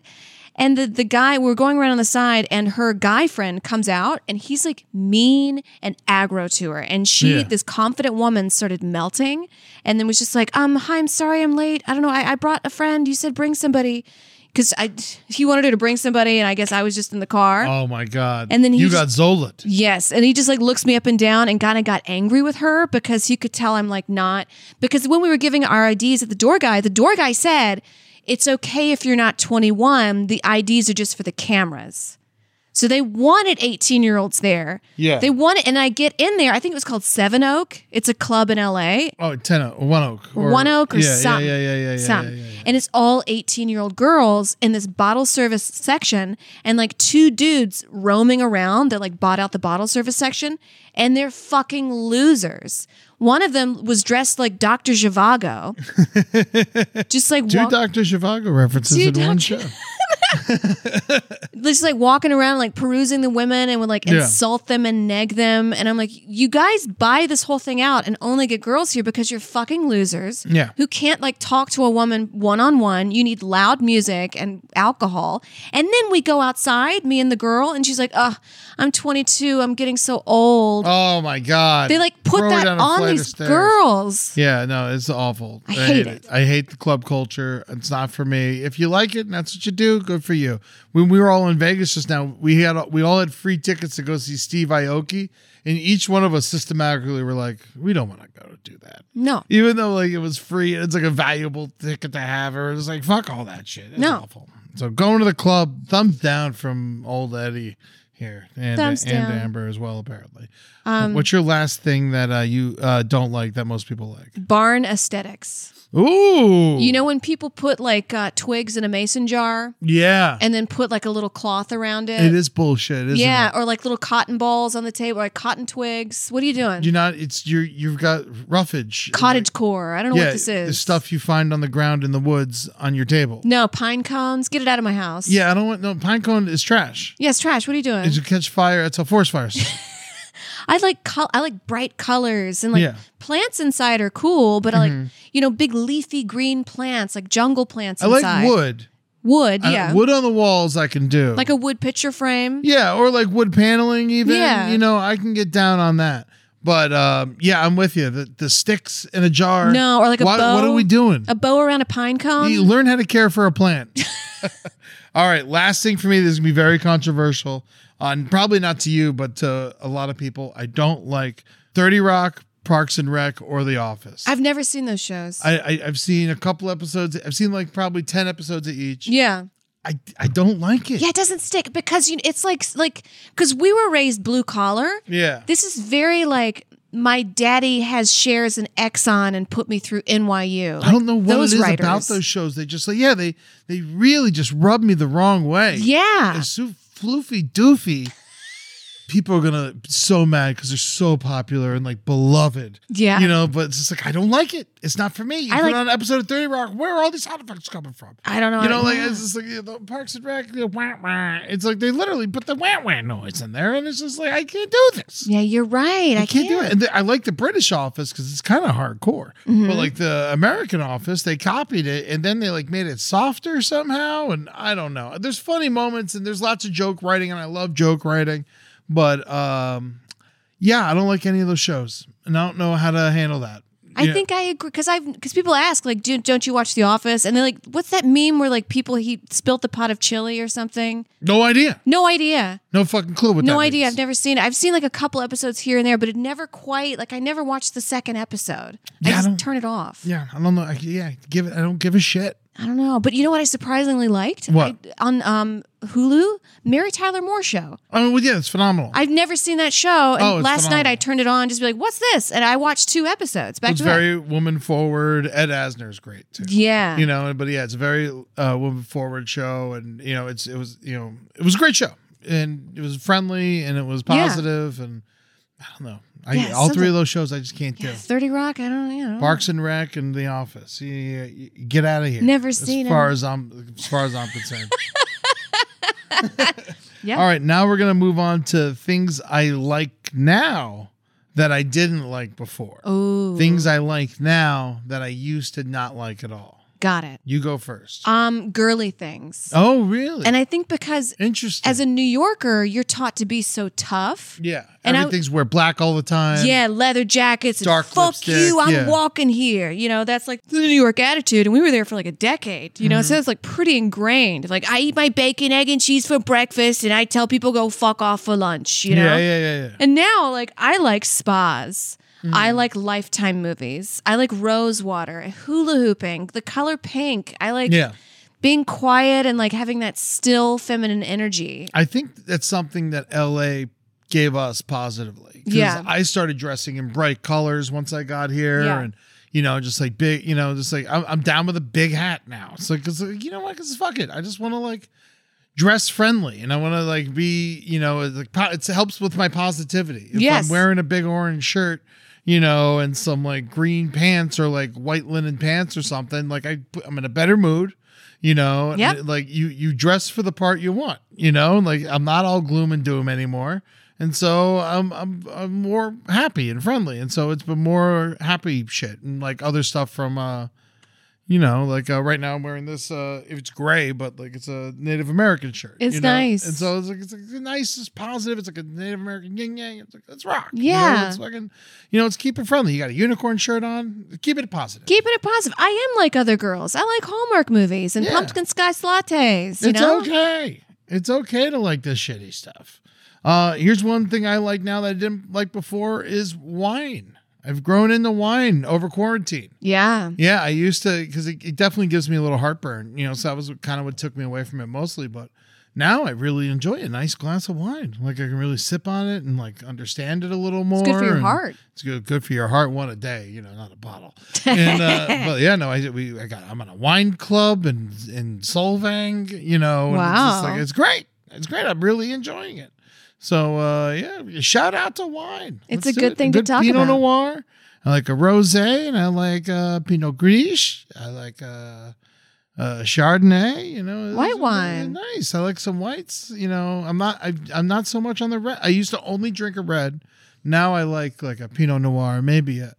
S7: and the the guy we're going around on the side, and her guy friend comes out, and he's like mean and aggro to her, and she
S10: Yeah.
S7: this confident woman started melting, and then was just like, "Um, hi, I'm sorry, I'm late. I don't know. I, I brought a friend. You said bring somebody." Because I, he wanted her to bring somebody, and I guess I was just in the car.
S8: oh my god
S7: And then he
S8: you got
S7: just-
S8: Zola
S7: Yes, and he just like looks me up and down and kind of got angry with her because he could tell I'm like not because when we were giving our IDs at the door guy, the door guy said it's okay if you're not 21. The IDs are just for the cameras. So they wanted 18 year olds there.
S8: Yeah.
S7: they wanted, and I get in there. I think it was called Seven Oak. It's a club in LA.
S8: oh ten oak one oak
S7: One Oak or
S8: yeah,
S7: something.
S8: yeah yeah yeah yeah, yeah, yeah,
S7: Something. And it's all 18 year old girls in this bottle service section and like two dudes roaming around that like bought out the bottle service section and they're fucking losers. One of them was dressed like Dr. Zhivago. just like
S8: Two
S7: walk-
S8: Dr. Zhivago references
S7: Two
S8: in one
S7: Dr.
S8: show.
S7: just like walking around like perusing the women and would like
S8: Yeah.
S7: insult them and neg them and i'm like you guys buy this whole thing out and only get girls here because you're fucking losers
S10: Yeah.
S7: who can't like talk to a woman one-on-one you need loud music and alcohol and then we go outside me and the girl and she's like ugh i'm 22 i'm getting so old
S8: Oh my god!
S7: they like put
S8: Throw her
S7: that
S8: down a
S7: on
S8: flight of
S7: these
S8: stairs.
S7: girls
S8: Yeah, no, it's awful. I,
S7: hate it.
S8: I hate the club culture. It's not for me. If you like it, and that's what you do. Good for you. When we were all in Vegas just now, we had we all had free tickets to go see Steve Aoki, and each one of us systematically were like, we don't want to go do that.
S7: No.
S8: even though like it was free, and it's like a valuable ticket to have, or it's like fuck all that shit. It's
S7: No.
S8: awful. So going to the club, thumbs down from old Eddie here, and
S7: Thumbs
S8: and
S7: down.
S8: Amber as well apparently.
S7: Um,
S8: What's your last thing that uh, you uh, don't like that most people like?
S7: barn aesthetics
S8: Ooh,
S7: you know when people put like uh, twigs in a mason jar
S8: yeah,
S7: and then put like a little cloth around it
S8: it is bullshit, isn't
S7: yeah,
S8: it?
S7: or like little cotton balls on the table, or like cotton twigs. What are you doing?
S8: You're not. It's you. You've got roughage.
S7: Cottage core. I don't know
S8: yeah,
S7: what this
S8: The
S7: is.
S8: stuff you find on the ground in the woods on your table.
S7: no, pine cones. Get it out of my house.
S8: Yeah, I don't want no pine cone is trash.
S7: Yes, trash. What are you doing?
S8: Did you catch fire? It's a forest fire.
S7: I like col- I like bright colors and like
S8: Yeah.
S7: plants inside are cool, but I like
S8: Mhm.
S7: you know big leafy green plants like jungle plants.
S8: I like
S7: inside.
S8: wood.
S7: Wood,
S8: I-
S7: yeah.
S8: wood on the walls I can do.
S7: like a wood picture frame.
S8: Yeah, or like wood paneling, even.
S7: Yeah.
S8: You know, I can get down on that. But um, yeah, I'm with you. The, the sticks in a jar.
S7: No, or like a
S8: Why-
S7: bow.
S8: What are we doing?
S7: A bow around a pine cone.
S8: You learn how to care for a plant. All right, last thing for me. This is gonna be very controversial, on probably not to you, but to a lot of people. I don't like Thirty Rock, Parks and Rec, or The Office.
S7: I've never seen those shows.
S8: I, I I've seen a couple episodes. I've seen like probably ten episodes of each.
S7: yeah.
S8: I I don't like it.
S7: Yeah, it doesn't stick because you, it's like like because we were raised blue collar.
S8: Yeah.
S7: This is very like my daddy has shares in Exxon and put me through NYU.
S8: I don't know
S7: Like,
S8: what
S7: those
S8: it is
S7: writers.
S8: about those shows. They just like yeah, they they really just rub me the wrong way.
S7: Yeah.
S8: They're so floofy doofy. people are gonna be so mad because they're so popular and like beloved.
S7: Yeah.
S8: You know, but it's just like I don't like it. It's not for me. You
S7: I
S8: put
S7: like-
S8: on an episode of 30 Rock, where are all these sound effects coming from?
S7: I don't know.
S8: You know,
S7: I-
S8: like it's just like you know, Parks and Rec, the wah, wah. it's like they literally put the wah wah noise in there, and it's just like I can't do this.
S7: Yeah, you're right. I,
S8: can't, do it. And the, I like the British Office because it's kind of hardcore,
S7: Mhm.
S8: but like the American Office, they copied it and then they like made it softer somehow, and I don't know. There's funny moments and there's lots of joke writing, and I love joke writing, but um, yeah, I don't like any of those shows, and I don't know how to handle that.
S7: I
S8: You know-
S7: think I agree because I've because people ask like, do, don't you watch The Office? And they're like, what's that meme where like people he spilt the pot of chili or something?
S8: no idea,
S7: No idea.
S8: no fucking clue what.
S7: no
S8: that
S7: idea.
S8: means.
S7: I've never seen it. I've seen like a couple episodes here and there, but it never quite like I never watched the second episode. I just turn it off.
S8: Yeah, I don't know. I, yeah, give it. I don't give a shit.
S7: I don't know. But you know what I surprisingly liked?
S8: What?
S7: I- on um Hulu, Mary Tyler Moore show.
S8: Oh, well, yeah, it's phenomenal.
S7: I've never seen that show. And
S8: Oh, it's
S7: last night
S8: phenomenal.
S7: I turned it on, just be like, what's this? And I watched two episodes back
S8: it's
S7: to back.
S8: very woman forward. Ed Asner is great too.
S7: Yeah.
S8: you know, but yeah, it's a very uh, woman forward show, and you know, it's it was you know it was a great show, and it was friendly, and it was
S7: Yeah.
S8: positive, and I don't know, I,
S7: Yeah,
S8: all three
S7: something-
S8: of those shows I just can't do.
S7: 30 Rock, I don't you know.
S8: Parks and Rec and The Office. You- you- you- get out of here.
S7: Never
S8: as
S7: seen 'em.
S8: far as I'm as far as I'm concerned.
S7: Yeah.
S8: All right, now we're gonna move on to things I like now that I didn't like before.
S7: Oh.
S8: Things I like now that I used to not like at all.
S7: Got it.
S8: You go first.
S7: Um, girly things.
S8: Oh, really?
S7: And I think because
S8: Interesting.
S7: as a New Yorker, you're taught to be so tough.
S8: yeah,
S7: and I-
S8: everything's wear black all the time.
S7: yeah, leather jackets. and
S8: Dark
S7: fuck
S8: lipstick,
S7: you. I'm
S8: yeah.
S7: walking here. You know, that's like the New York attitude. And we were there for like a decade. You know,
S8: Mm-hmm.
S7: so it's like pretty ingrained. Like I eat my bacon, egg, and cheese for breakfast, and I tell people go fuck off for lunch. You know.
S8: yeah, yeah, yeah, yeah.
S7: And now, like, I like spas. I
S8: Mm.
S7: like Lifetime movies. I like rose water, hula hooping, the color pink. I like
S8: Yeah.
S7: being quiet and like having that still feminine energy.
S8: I think that's something that LA gave us positively. 'Cause
S7: Yeah.
S8: I started dressing in bright colors once I got here
S7: Yeah.
S8: and you know, just like big, you know, just like I'm, I'm down with a big hat now. It's like, 'cause, like, you know what? Cause fuck it. I just want to like dress friendly and I want to like be, you know, it's like po- it's, it helps with my positivity. If
S7: Yes.
S8: I'm wearing a big orange shirt, you know, and some like green pants or like white linen pants or something, like I, put- I'm in a better mood you know and
S7: Yep.
S8: it- like you you dress for the part you want you know like i'm not all gloom and doom anymore and so i'm i'm, I'm more happy and friendly and so it's been more happy shit and like other stuff from uh you know like uh, right now i'm wearing this uh it's gray but like it's a native american shirt
S7: It's
S8: you know?
S7: nice.
S8: and so it's like it's like nice it's positive it's like a native american yin yang it's like let's rock you
S7: Yeah.
S8: know, it's fucking you know it's keep it friendly you got a unicorn shirt on keep it positive
S7: Keeping it positive. I am like other girls. I like Hallmark movies and
S8: Yeah.
S7: pumpkin spice lattes. You
S8: it's
S7: know?
S8: okay. It's okay to like this shitty stuff. Uh, here's one thing I like now that I didn't like before is wine. I've grown into wine over quarantine.
S7: Yeah.
S8: Yeah, I used to because it, it definitely gives me a little heartburn. You know, so that was kind of what took me away from it mostly. But now I really enjoy a nice glass of wine. Like I can really sip on it and like understand it a little more.
S7: It's good for your
S8: and
S7: heart.
S8: It's good good for your heart. One a day, you know, not a bottle. And uh, but yeah, no, I we I got I'm on a wine club and in Solvang. You know, and it's,
S7: Wow.
S8: just like, it's great. It's great. I'm really enjoying it. So uh, yeah, shout out to wine.
S7: It's
S8: Let's
S7: a
S8: do
S7: good thing to talk
S8: Pinot
S7: about.
S8: Noir. I like a rosé, and I like uh, Pinot Gris. I like uh, uh, Chardonnay. You know,
S7: White
S8: it's-
S7: wine.
S8: it's Nice. I like some whites. You know, I'm not. I, I'm not so much on the red. I used to only drink a red. Now I like like a Pinot Noir, maybe a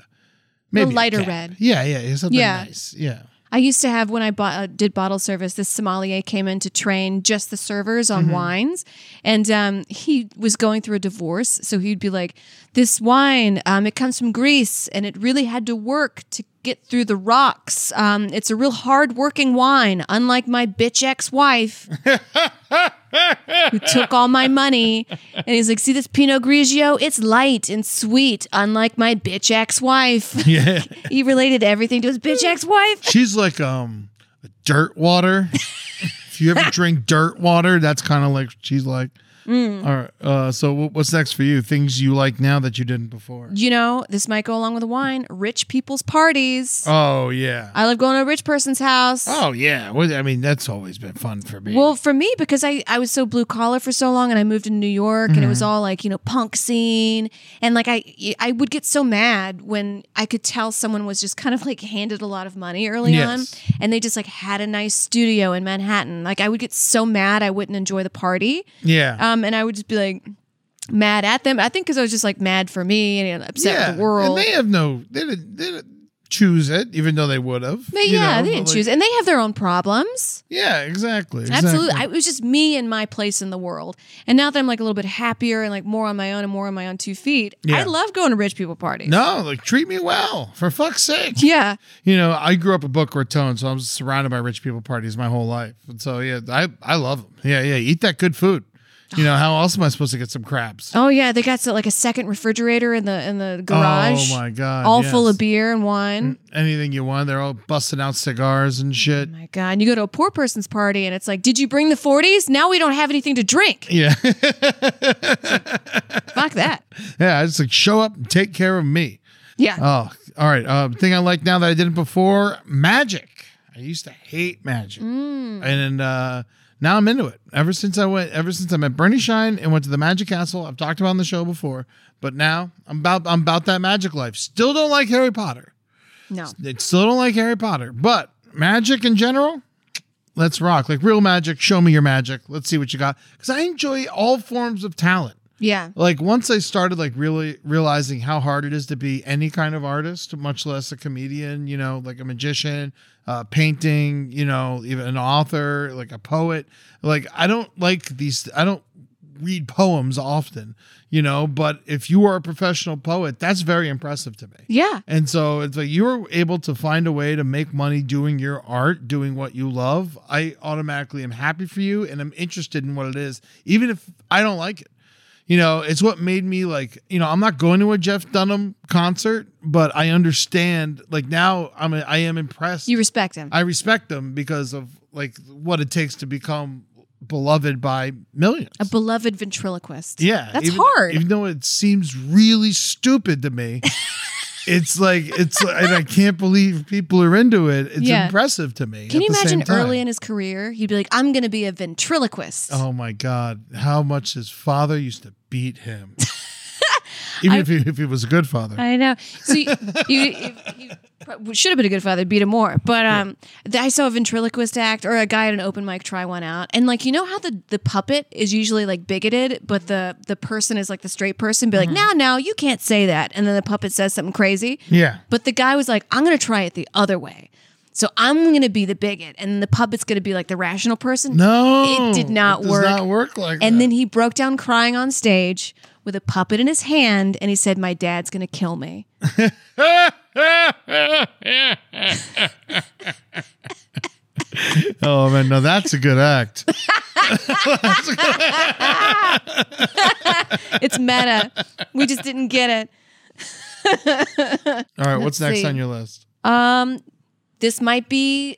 S8: maybe
S7: lighter
S8: Cab.
S7: red.
S8: Yeah, yeah, something
S7: Yeah.
S8: nice. Yeah.
S7: I used to have when I bought, uh, did bottle service. This sommelier came in to train just the servers on wines, and um, he was going through a divorce, so he'd be like, "This wine, um, it comes from Greece, and it really had to work to get through the rocks. Um, it's a real hard-working wine, unlike my bitch ex-wife." who took all my money. And he's like, see this Pinot Grigio? It's light and sweet, unlike my bitch ex wife.
S8: Yeah.
S7: he related everything to his bitch ex wife.
S8: She's like um dirt water. if you ever drink dirt water, that's kind of like she's like.
S7: Mm.
S8: All right. Uh, so wh- what's next for you? Things you like now that you didn't before?
S7: You know, this might go along with the wine. Rich people's parties.
S8: Oh yeah.
S7: I love going to a rich person's house.
S8: Oh yeah. Well, I mean, that's always been fun for me.
S7: Well, for me, because I, I was so blue collar for so long and I moved to New York and it was
S8: Mhm.
S7: all like, you know, punk scene. And like, I, I would get so mad when I could tell someone was just kind of like handed a lot of money early
S10: Yes.
S7: on and they just like had a nice studio in Manhattan. Like, I would get so mad I wouldn't enjoy the party.
S10: Yeah.
S7: Um, and I would just be like, mad at them. I think because I was just like mad for me and upset with the world.
S8: And they have no. They didn't, they didn't choose it, even though they would have.
S7: But
S8: you
S7: yeah,
S8: know,
S7: they
S8: but
S7: didn't
S8: like-
S7: choose, and they have their own problems.
S8: Yeah, exactly.
S7: Absolutely,
S8: exactly.
S7: I, it was just me and my place in the world. And now that I'm like a little bit happier and like more on my own and more on my own two feet, I
S8: Yeah.
S7: love going to rich people parties.
S8: No, like treat me well, for fuck's sake.
S7: Yeah.
S8: You know, I grew up in Boca Raton, so I'm surrounded by rich people parties my whole life. And so yeah, I I love them. Yeah, yeah, eat that good food. You know, how else am I supposed to get some crabs?
S7: Oh yeah, they got so, like a second refrigerator in the in the garage.
S8: Oh my god.
S7: all
S8: yes. Mm.
S7: full of beer and wine.
S8: anything you want. They're all busting out cigars and shit.
S7: Oh, My God, and you go to a poor person's party, and it's like, did you bring the forties? Now we don't have anything to drink.
S8: Yeah.
S7: Fuck that.
S8: Yeah, I just like show up and take care of me.
S7: Yeah.
S8: Oh, all right. Uh, thing I like now that I didn't before, magic. I used to hate magic, and then, uh, now I'm into it. Ever since I went, ever since I met Bernie Shine and went to the Magic Castle, I've talked about on the show before. But now I'm about I'm about that magic life. Still don't like Harry Potter.
S7: No.
S8: They still don't like Harry Potter, but magic in general, let's rock. Like real magic, show me your magic. Let's see what you got. Because I enjoy all forms of talent.
S7: Yeah.
S8: Like once I started like really realizing how hard it is to be any kind of artist, much less a comedian, you know, like a magician, uh, painting, you know, even an author, like a poet. Like I don't like these I don't read poems often, you know, but if you are a professional poet, that's very impressive to me.
S7: Yeah.
S8: And so it's like you were able to find a way to make money doing your art, doing what you love. I automatically am happy for you and I'm interested in what it is, even if I don't like it. You know, it's what made me like, you know, I'm not going to a Jeff Dunham concert, but I understand like now I'm I am impressed. You
S7: respect him.
S8: I respect them because of like what it takes to become beloved by millions.
S7: A beloved ventriloquist.
S8: Yeah,
S7: That's
S8: even-
S7: hard.
S8: Even though it seems really stupid to me, it's like it's like, and I can't believe people are into it. It's
S7: Yeah.
S8: impressive to me.
S7: Can
S8: at
S7: you
S8: the same
S7: imagine
S8: time.
S7: early in his career, he'd be like, "I'm going to be a ventriloquist."
S8: Oh my god, how much his father used to beat him. Even if he, if he was a good father.
S7: I know. So you, you, you, you should have been a good father, beat him more. But um, th- I saw a ventriloquist act or a guy at an open mic try one out, and like you know how the, the puppet is usually like bigoted, but the the person is like the straight person, be like,
S10: Mhm.
S7: "No, no, you can't say that," and then the puppet says something crazy.
S10: Yeah.
S7: But the guy was like, "I'm going to try it the other way." So I'm gonna be the bigot, and the puppet's gonna be like the rational person.
S8: No,
S7: it did not
S8: it does
S7: work.
S8: not work like
S7: And
S8: that.
S7: then he broke down crying on stage with a puppet in his hand, and he said, "My dad's gonna kill me."
S8: oh man, no, that's a good act.
S7: it's meta. We just didn't get it.
S8: All right, what's
S7: Let's
S8: next
S7: see.
S8: on your list?
S7: Um, this might be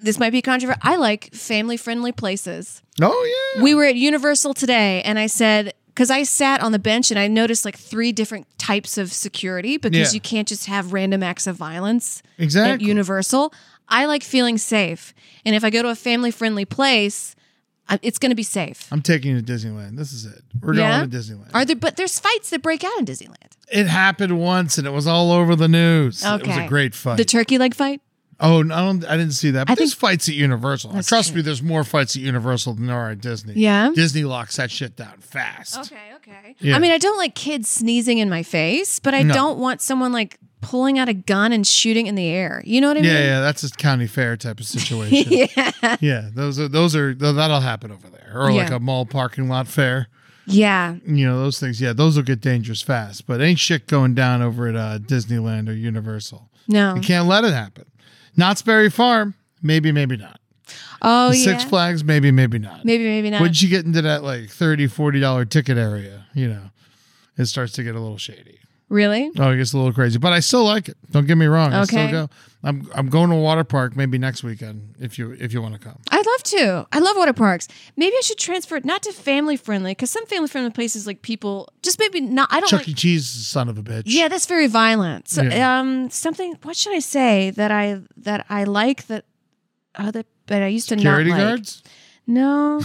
S7: this might be controversial. I like family friendly places.
S8: Oh
S7: yeah. We were at Universal today, and I said because I sat on the bench and I noticed like three different types of security because
S10: Yeah.
S7: you can't just have random acts of violence at
S10: Exactly.
S7: Universal. I like feeling safe, and if I go to a family friendly place, I- it's going to be safe.
S8: I'm taking you to Disneyland. This is it. We're going to Disneyland.
S7: Are there? But there's fights that break out in Disneyland.
S8: It happened once, and it was all over the news.
S7: Okay,
S8: It was a great fight.
S7: The turkey leg fight.
S8: oh, no, I don't. I didn't see that. But there's fights at Universal. Trust me, there's more fights at Universal than there are at Disney.
S7: Yeah?
S8: Disney locks that shit down fast.
S7: Okay, okay.
S8: Yeah.
S7: I mean, I don't like kids sneezing in my face, but I
S8: No.
S7: don't want someone like pulling out a gun and shooting in the air. You know what I
S8: yeah,
S7: mean?
S8: yeah, that's a county fair type of situation.
S7: yeah.
S8: yeah, those are those are th- that'll happen over there, or like
S7: Yeah.
S8: a mall parking lot fair.
S7: Yeah.
S8: You know those things. Yeah, those will get dangerous fast. But ain't shit going down over at uh, Disneyland or Universal.
S7: No.
S8: You can't let it happen. Knott's Berry Farm, maybe, maybe not.
S7: Oh,
S8: The
S7: yeah.
S8: Six Flags, maybe, maybe not.
S7: Maybe, maybe not.
S8: Once you get into that like $30, $40 ticket area, you know, it starts to get a little shady.
S7: Really?
S8: Oh, it gets a little crazy, but I still like it. Don't get me wrong. I still
S7: Okay.
S8: go. I'm I'm going to a water park maybe next weekend if you if you want to come.
S7: I'd love to. I love water parks. Maybe I should transfer it not to family friendly because some family friendly places like people just maybe not. I don't
S8: Chuck
S7: like.
S8: E. Cheese, is a son of a bitch.
S7: Yeah, that's very violent. So,
S8: Yeah.
S7: um, something. What should I say that I that I like that other that I used to
S8: Security
S7: not like?
S8: guards?
S7: No,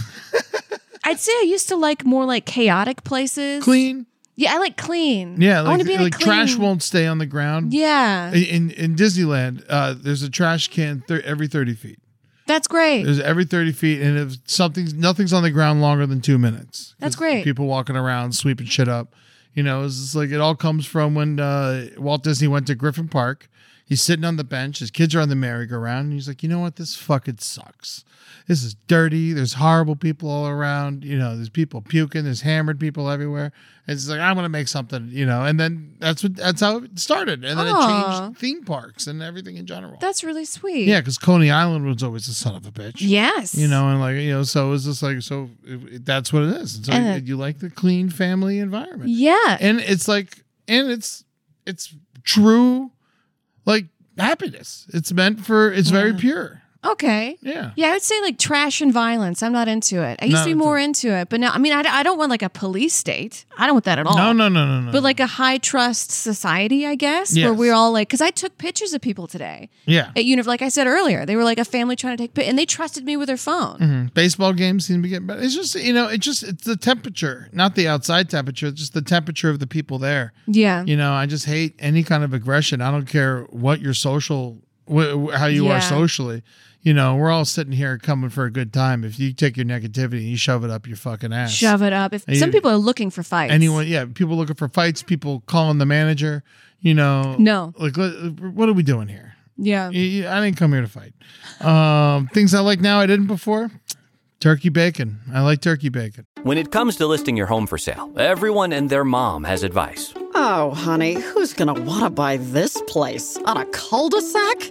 S7: I'd say I used to like more like chaotic places.
S8: Clean.
S7: Yeah, I like clean.
S8: Yeah,
S7: I want
S8: like,
S7: to be in
S8: like
S7: a clean.
S8: trash won't stay on the ground.
S7: Yeah.
S8: In in, in Disneyland, uh, there's a trash can thir- every thirty feet.
S7: That's great.
S8: There's every thirty feet, and if something's nothing's on the ground longer than two minutes,
S7: That's
S8: 'Cause
S7: great.
S8: People walking around sweeping shit up. You know, it's just like it all comes from when uh, Walt Disney went to Griffin Park. He's sitting on the bench. His kids are on the merry-go-round. And he's like, you know what? This fucking sucks. This is dirty. There's horrible people all around. You know, there's people puking. There's hammered people everywhere. It's like I'm gonna make something. You know, and then that's what that's how it started. And then it
S7: Aw.
S8: changed theme parks and everything in general.
S7: That's really sweet.
S8: Yeah, because Coney Island was always a son of a bitch.
S7: Yes.
S8: You know, and like, you know, so it's just like, so it, it- that's what it is. And so
S7: And
S8: you-
S7: it-
S8: you like the clean family environment.
S7: Yeah.
S8: And it's like, and it's, it's true, like happiness. It's meant for, it's very pure.
S7: Okay.
S8: Yeah.
S7: Yeah, I would say like trash and violence. I'm not into it. I used
S8: Not
S7: to be
S8: into
S7: more into it, but now, I mean, I, I don't want like a police state. I don't want that at all.
S8: No, no, no, no, no.
S7: But like a high trust society, I guess, where
S8: Uh-huh. Yes.
S7: we're all like, because I took pictures of people today
S8: yeah.
S7: at uni. Like I said earlier, they were like a family trying to take, pi- and they trusted me with their phone.
S8: Mhm. Baseball games seem to be getting better. It's just, you know, it's just, it's the temperature, not the outside temperature, it's just the temperature of the people there.
S7: Yeah.
S8: You know, I just hate any kind of aggression. I don't care what your social, wh- wh- how you
S7: Yeah.
S8: are socially. You know, we're all sitting here coming for a good time. If you take your negativity and you shove it up your fucking ass,
S7: Shove it up. If
S8: And
S7: some
S8: you-
S7: people are looking for fights,
S8: Anyone, yeah, people looking for fights, people calling the manager. You know,
S7: No.
S8: like li- what are we doing here?
S7: Yeah.
S8: Y- y- I didn't come here to fight. Um, things I like now I didn't before. Turkey bacon. I like turkey bacon.
S10: When it comes to listing your home for sale, everyone and their mom has advice.
S11: Oh, honey, who's gonna wanna buy this place? On a cul de sac?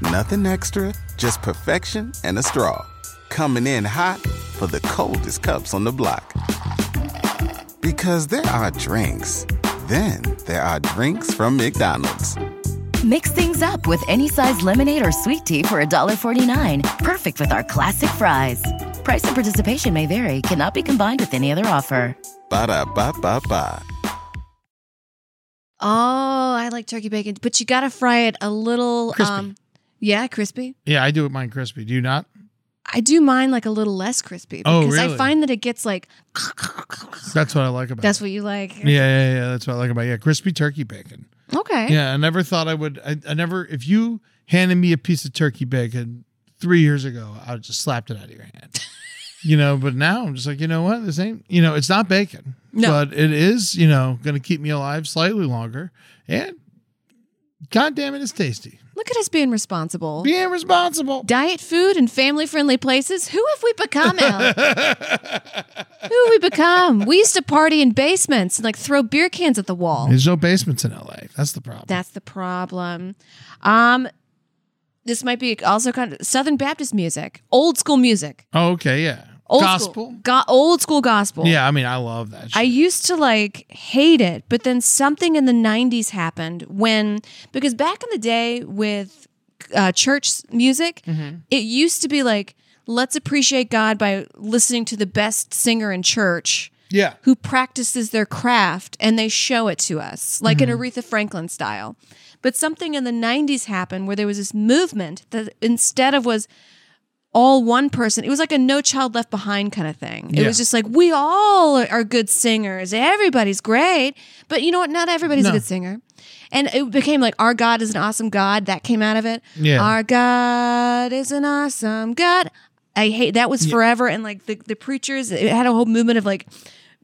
S12: Nothing extra, just perfection and a straw. Coming in hot for the coldest cups on the block. Because there are drinks, then there are drinks from McDonald's.
S13: Mix things up with any size lemonade or sweet tea for $1.49. Perfect with our classic fries. Price and participation may vary, cannot be combined with any other offer.
S12: Ba da ba ba ba.
S7: Oh, I like turkey bacon, but you got to fry it a little.
S8: Crispy.
S7: um Yeah, crispy.
S8: Yeah, I do it mine crispy. Do you not?
S7: I do mine like a little less crispy
S8: Oh,
S7: because I
S8: really?
S7: find that it gets like
S8: That's what I like about. it.
S7: that's what you like.
S8: Yeah, yeah, yeah. That's what I like about yeah, crispy turkey bacon.
S7: Okay.
S8: Yeah, I never thought I would. I, I never. If you handed me a piece of turkey bacon three years ago, I would just slapped it out of your hand. you know, but now I'm just like, you know what? This ain't. You know, it's not bacon,
S14: No.
S8: but it is. You know, going to keep me alive slightly longer, and God damn it, it's tasty.
S7: Look at us being responsible.
S8: Being responsible.
S7: Diet food and family friendly places. Who have we become, Al? Who have we become? We used to party in basements and like throw beer cans at the wall.
S8: There's no basements in L.A. That's the problem.
S7: That's the problem. Um, this might be also kind of Southern Baptist music, old school music,
S8: Oh, okay, yeah.
S7: old
S8: Gospel.
S7: school, go- old school gospel.
S8: Yeah, I mean, I love that.
S7: I used to like hate it, but then something in the 90s happened when, because back in the day with uh, church music, it used to be like, let's appreciate God by listening to the best singer in church
S8: Yeah.
S7: who practices their craft and they show it to us, like
S15: Mhm.
S7: an Aretha Franklin style. But something in the 90s happened where there was this movement that instead of was all one person, it was like a no child left behind kind of thing. It
S15: Yeah.
S7: was just like, we all are good singers. Everybody's great. But you know what? Not everybody's a
S15: No.
S7: good singer. And it became like, our God is an awesome God. That came out of it.
S15: Yeah.
S7: Our God is an awesome God. I hate that was
S15: Yeah.
S7: forever. And like the, the preachers, it had a whole movement of like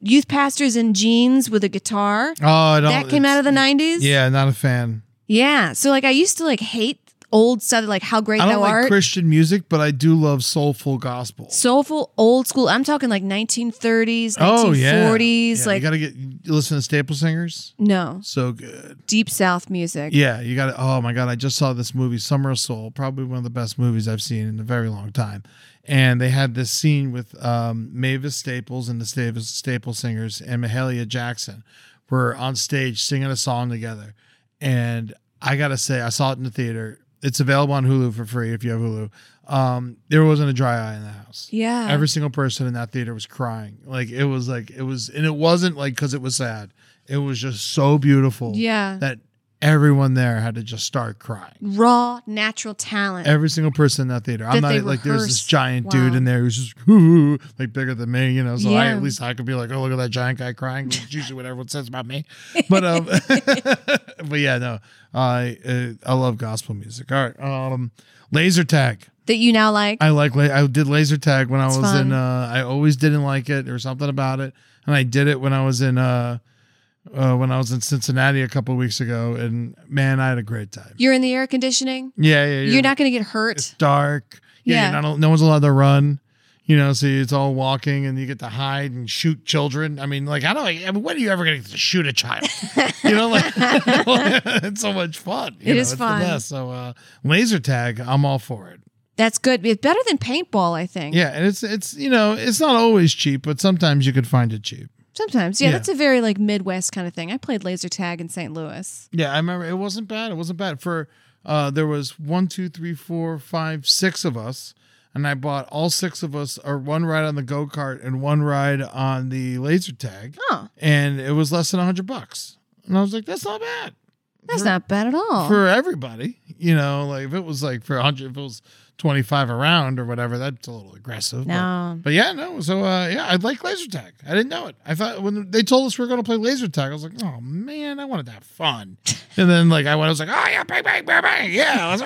S7: youth pastors in jeans with a guitar.
S8: Oh, I don't-
S7: that came out of the 90s.
S8: Yeah, not a fan.
S7: Yeah. So like I used to like hate old stuff like how great
S8: I
S7: thou
S8: don't like
S7: art.
S8: Christian music, but I do love soulful gospel.
S7: Soulful old school. I'm talking like 1930s, 1940s,
S8: Oh yeah, Yeah,
S7: like
S8: you gotta get you listen to Staple Singers.
S7: no.
S8: So good.
S7: Deep South music.
S8: Yeah, you got to. Oh my God, I just saw this movie, Summer of Soul, probably one of the best movies I've seen in a very long time. And they had this scene with um, Mavis Staples and the Stavis, Staple Singers and Mahalia Jackson were on stage singing a song together. And I got to say, I saw it in the theater. It's available on Hulu for free if you have Hulu. Um, there wasn't a dry eye in the house.
S7: Yeah.
S8: Every single person in that theater was crying. Like it was like it was and it wasn't like cuz it was sad. It was just so beautiful.
S7: Yeah.
S8: That everyone there had to just start crying.
S7: Raw natural talent.
S8: Every single person in that theater. I'm
S7: That
S8: not e,
S7: they
S8: like there's this
S7: rehearse.
S8: giant
S7: Wow.
S8: dude in there who's just "Ooh," like bigger than me, you know. So I
S7: Yeah.
S8: at least I could be like, oh look at that giant guy crying. Which is usually what everyone says about me. But um, but yeah, no, I uh, I love gospel music. All right, um, laser tag.
S7: that you now like.
S8: I like. la- I did laser tag when I
S7: It's
S8: was in.
S7: fun.
S8: Uh, I always didn't like it. There was something about it, and I did it when I was in. Uh, uh, when I was in Cincinnati a couple weeks ago, and man, I had a great time.
S7: You're in the air conditioning.
S8: Yeah, yeah.
S7: You're not going to get hurt.
S8: It's dark. Yeah,
S7: Yeah.
S8: you're not, no one's allowed to run. You know, so it's all walking, and you get to hide and shoot children. I mean, like, how do I? I mean, when are you ever going to shoot a child? you know, like, it's so much fun. You
S7: It
S8: know,
S7: is
S8: it's
S7: fun.
S8: The best. So, uh, laser tag, I'm all for it.
S7: That's good. It's better than paintball, I think.
S8: Yeah, and it's it's you know it's not always cheap, but sometimes you could find it cheap.
S7: Sometimes. Yeah,
S8: Yeah.
S7: That's a very like Midwest kind of thing. I played laser tag in St. Louis.
S8: Yeah, I remember it wasn't bad. It wasn't bad for uh there was one, two, three, four, five, six of us, and I bought all six of us or one ride on the go kart and one ride on the laser tag.
S7: Oh.
S8: and it was less than a hundred bucks, and I was like, that's not bad.
S7: That's not bad at all.
S8: for everybody. You know, like if it was like for 100, if it was 25 around or whatever, that's a little aggressive. but-
S7: No.
S8: But, yeah, no. So, uh, yeah, I like laser tag. I didn't know it. I thought when they told us we were going to play laser tag, I was like, oh, man, I wanted to have fun. and then, like, I went, I was like, oh, yeah, bang, bang, bang, bang. Yeah, let's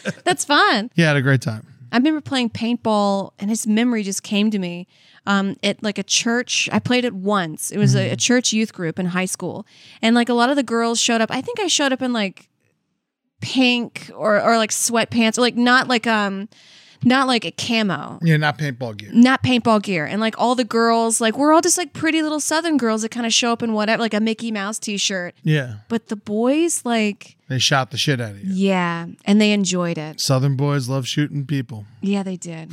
S8: rock.
S7: That's fun.
S8: yeah, I had a great time.
S7: I remember playing paintball, and his memory just came to me. Um, at like a church, I played it once. It was
S8: Mm-hmm.
S7: a, a church youth group in high school, and like a lot of the girls showed up. I think I showed up in like pink or or like sweatpants, or like not like um, not like a camo,
S8: Yeah, not paintball gear.
S7: not paintball gear. And like all the girls, like we're all just like pretty little Southern girls that kind of show up in whatever, like a Mickey Mouse T-shirt.
S8: Yeah.
S7: But the boys, like
S8: They shot the shit out of you.
S7: yeah, and they enjoyed it.
S8: Southern boys love shooting people.
S7: Yeah, they did.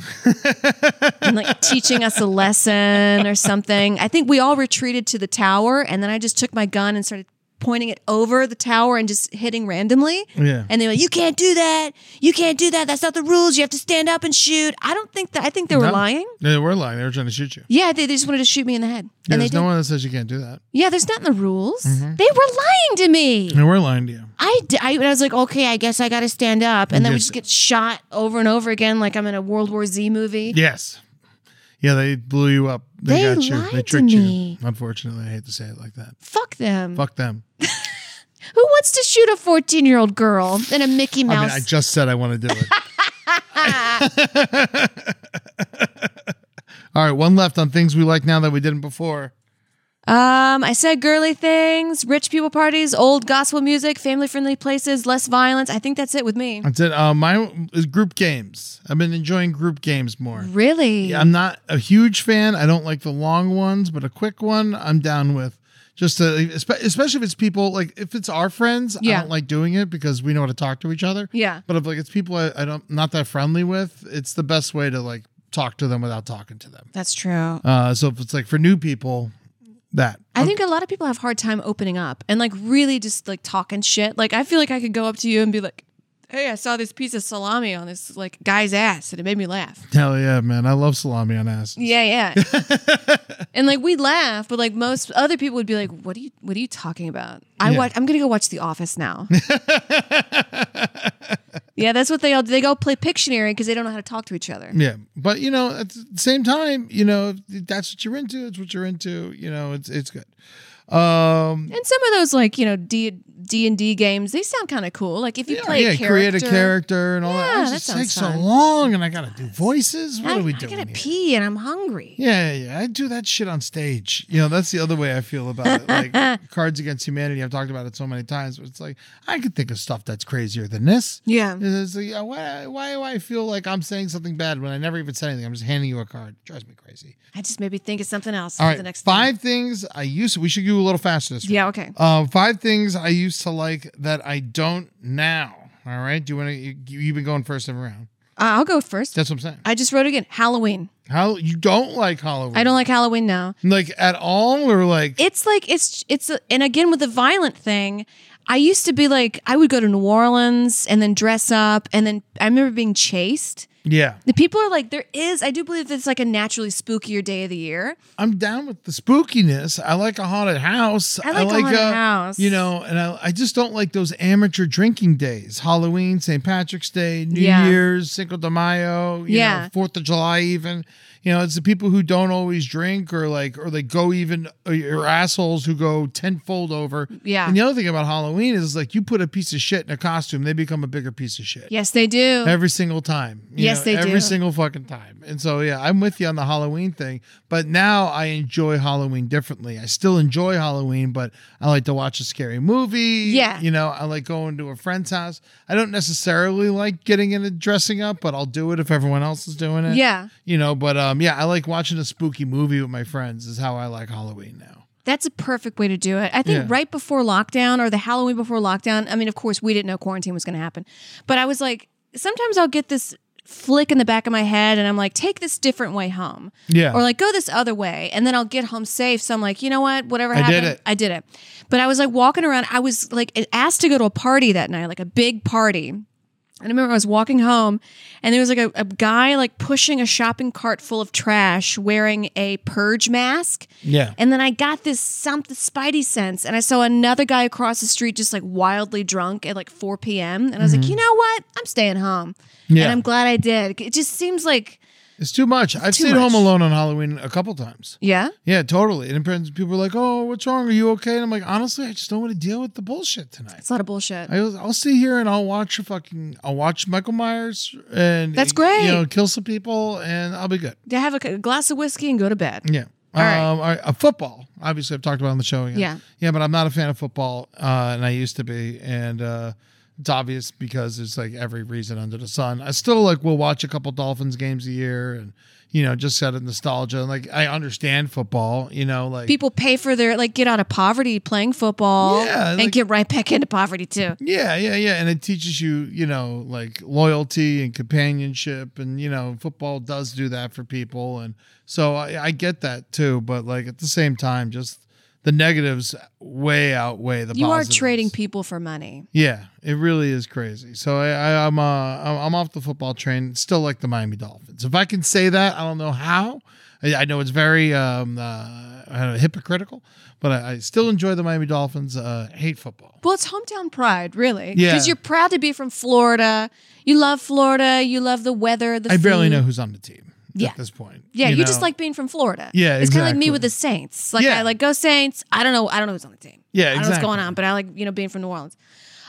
S7: and like teaching us a lesson or something. I think we all retreated to the tower, and then I just took my gun and started pointing it over the tower and just hitting randomly.
S8: Yeah.
S7: And they were like, "You can't do that. You can't do that. That's not the rules. You have to stand up and shoot." I don't think that. I think they were
S8: No.
S7: lying.
S8: They were lying. They were trying to shoot you.
S7: Yeah, they, they just wanted to shoot me in the head, and they
S8: There's
S7: did.
S8: no one that says you can't do that.
S7: yeah, there's not in the rules.
S8: Mm-hmm.
S7: They were lying to me.
S8: They were lying to you.
S7: I, d- I, I was like, okay, I guess I got to stand up. And then we
S8: Yes.
S7: just get shot over and over again, like I'm in a World War Z movie.
S8: Yes. Yeah, they blew you up. They,
S7: They
S8: got you.
S7: lied
S8: they
S7: to
S8: tricked
S7: me.
S8: you. Unfortunately, I hate to say it like that.
S7: Fuck them.
S8: Fuck them.
S7: Who wants to shoot a 14 year old girl in a Mickey
S8: I mean,
S7: Mouse?
S8: I just said I want to do it. All right, one left on things we like now that we didn't before.
S7: um, I said girly things, rich people parties, old gospel music, family friendly places, less violence. I think that's it with me.
S8: That's it. Uh, my is group games. I've been enjoying group games more.
S7: Really?
S8: Yeah, I'm not a huge fan. I don't like the long ones, but a quick one I'm down with. Just to, espe- especially if it's people like if it's our friends, I
S7: Yeah.
S8: don't like doing it because we know how to talk to each other.
S7: Yeah.
S8: But if like it's people I, I don't not that friendly with, it's the best way to like talk to them without talking to them.
S7: That's true.
S8: Uh, so if it's like for new people, that
S7: I think a lot of people have hard time opening up and like really just like talking shit. Like I feel like I could go up to you and be like, "Hey, I saw this piece of salami on this like guy's ass and it made me laugh."
S8: hell yeah, man, I love salami on ass.
S7: Yeah, yeah. and like we laugh, but like most other people would be like, "What are you what are you talking about?" I
S8: Yeah.
S7: watch I'm going to go watch The Office now. yeah, that's what they all do. They go play Pictionary because they don't know how to talk to each other.
S8: Yeah, but you know, at the same time, you know, if that's what you're into. It's what you're into. You know, it's it's good. Um,
S7: And some of those like you know D D and D games, they sound kind of cool. Like if you play
S8: yeah,
S7: a character,
S8: create a character and all that.
S7: Yeah,
S8: It
S7: that
S8: just
S7: sounds
S8: takes so
S7: fun.
S8: long, and I gotta do voices. What
S7: I,
S8: are we
S7: I
S8: doing?
S7: gotta pee and I'm hungry.
S8: Yeah, yeah, yeah. I do that shit on stage. You know, that's the other way I feel about it. Like Cards Against Humanity, I've talked about it so many times, but it's like I could think of stuff that's crazier than this.
S7: Yeah.
S8: It's like, yeah, why, why do I feel like I'm saying something bad when I never even said anything? I'm just handing you a card. It drives me crazy.
S7: I just maybe think of something else
S8: All
S7: for
S8: right,
S7: the next.
S8: five things I used. To, we should do a little faster this.
S7: Yeah, okay.
S8: Uh, five things I used to like that I don't now. All right, do you want to? You, you've been going first every round.
S7: Uh, I'll go first.
S8: That's what I'm saying.
S7: I just wrote again Halloween.
S8: How you don't like Halloween?
S7: I don't like Halloween now.
S8: like at all, or like
S7: It's like it's it's a, and again with the violent thing. I used to be like I would go to New Orleans and then dress up and then I remember being chased.
S8: yeah.
S7: The people are like there is I do believe it's like a naturally spookier day of the year.
S8: I'm down with the spookiness. I like a haunted house. uh,
S7: I like a haunted house.
S8: You know, and I, I just don't like those amateur drinking days. Halloween, St. Patrick's Day, New
S7: Yeah.
S8: Year's, Cinco de Mayo, you
S7: Yeah.
S8: know, Fourth of July even. You know, it's the people who don't always drink or like or they go even or you're assholes who go tenfold over.
S7: Yeah.
S8: And the other thing about Halloween is like you put a piece of shit in a costume, they become a bigger piece of shit.
S7: Yes, they do.
S8: Every single time. you
S7: Oh. Yes,
S8: know,
S7: they
S8: every
S7: do.
S8: single fucking time. And so, yeah, I'm with you on the Halloween thing, but now I enjoy Halloween differently. I still enjoy Halloween, but I like to watch a scary movie.
S7: Yeah.
S8: You know, I like going to a friend's house. I don't necessarily like getting into dressing up, but I'll do it if everyone else is doing it.
S7: Yeah.
S8: You know, but um, yeah, I like watching a spooky movie with my friends, is how I like Halloween now.
S7: That's a perfect way to do it. I think
S8: Yeah.
S7: right before lockdown or the Halloween before lockdown, I mean, of course, we didn't know quarantine was going to happen, but I was like, sometimes I'll get this flick in the back of my head and I'm like, take this different way home.
S8: Yeah.
S7: Or like, go this other way. And then I'll get home safe. So I'm like, you know what? Whatever
S8: I did
S7: happened,
S8: it.
S7: I did it. But I was like walking around. I was like asked to go to a party that night, like a big party. And I remember I was walking home and there was like a, a guy like pushing a shopping cart full of trash wearing a purge mask.
S8: Yeah.
S7: And then I got this something spidey sense, and I saw another guy across the street just like wildly drunk at like 4 p.m. And I was like,
S8: Mhm.
S7: you know what? I'm staying home.
S8: Yeah.
S7: And I'm glad I did. It just seems like,
S8: It's too much. I've
S7: too
S8: stayed home
S7: much.
S8: alone on Halloween a couple times.
S7: yeah.
S8: Yeah, totally. And parents- people are like, "Oh, what's wrong? Are you okay?" And I'm like, "Honestly, I just don't want to deal with the bullshit tonight.
S7: It's a lot of bullshit.
S8: I was, I'll sit here and I'll watch a fucking, I'll watch Michael Myers and
S7: That's great.
S8: You know, kill some people and I'll be good.
S7: to have a, c- a glass of whiskey and go to bed.
S8: Yeah.
S7: All right.
S8: um, all right, uh, football. Obviously, I've talked about it on the show. Again.
S7: Yeah.
S8: Yeah, but I'm not a fan of football, uh, and I used to be, and uh, it's obvious because it's like every reason under the sun. I still like will watch a couple Dolphins games a year, and you know, just out of nostalgia. And, like I understand football. You know, like
S7: People pay for their, like, get out of poverty playing football
S8: Yeah,
S7: and
S8: like-
S7: get right back into poverty too.
S8: Yeah, yeah, yeah. And it teaches you, you know, like loyalty and companionship. And, you know, football does do that for people. And so I, I get that too. But like at the same time, just the negatives way outweigh the
S7: you are
S8: positives.
S7: trading people for money.
S8: yeah, it really is crazy. So I, I, I'm uh, I'm I'm off the football train. Still like the Miami Dolphins. If I can say that, I don't know how. I, I know it's very um, uh, I don't know, hypocritical, but I, I still enjoy the Miami Dolphins. Uh, hate football.
S7: Well, it's hometown pride, really.
S8: Yeah.
S7: Because you're proud to be from Florida. You love Florida. You love the weather. The
S8: I barely
S7: food.
S8: know who's on the team
S7: Yeah.
S8: at this point.
S7: Yeah, you,
S8: know?
S7: just like being from Florida.
S8: Yeah,
S7: it's kind of like
S8: exactly.
S7: me with the Saints. Like
S8: Yeah.
S7: I like go Saints. I don't know. I don't know who's on the team. I
S8: Yeah,
S7: don't know what's
S8: exactly.
S7: going on, but I like you know being from New Orleans.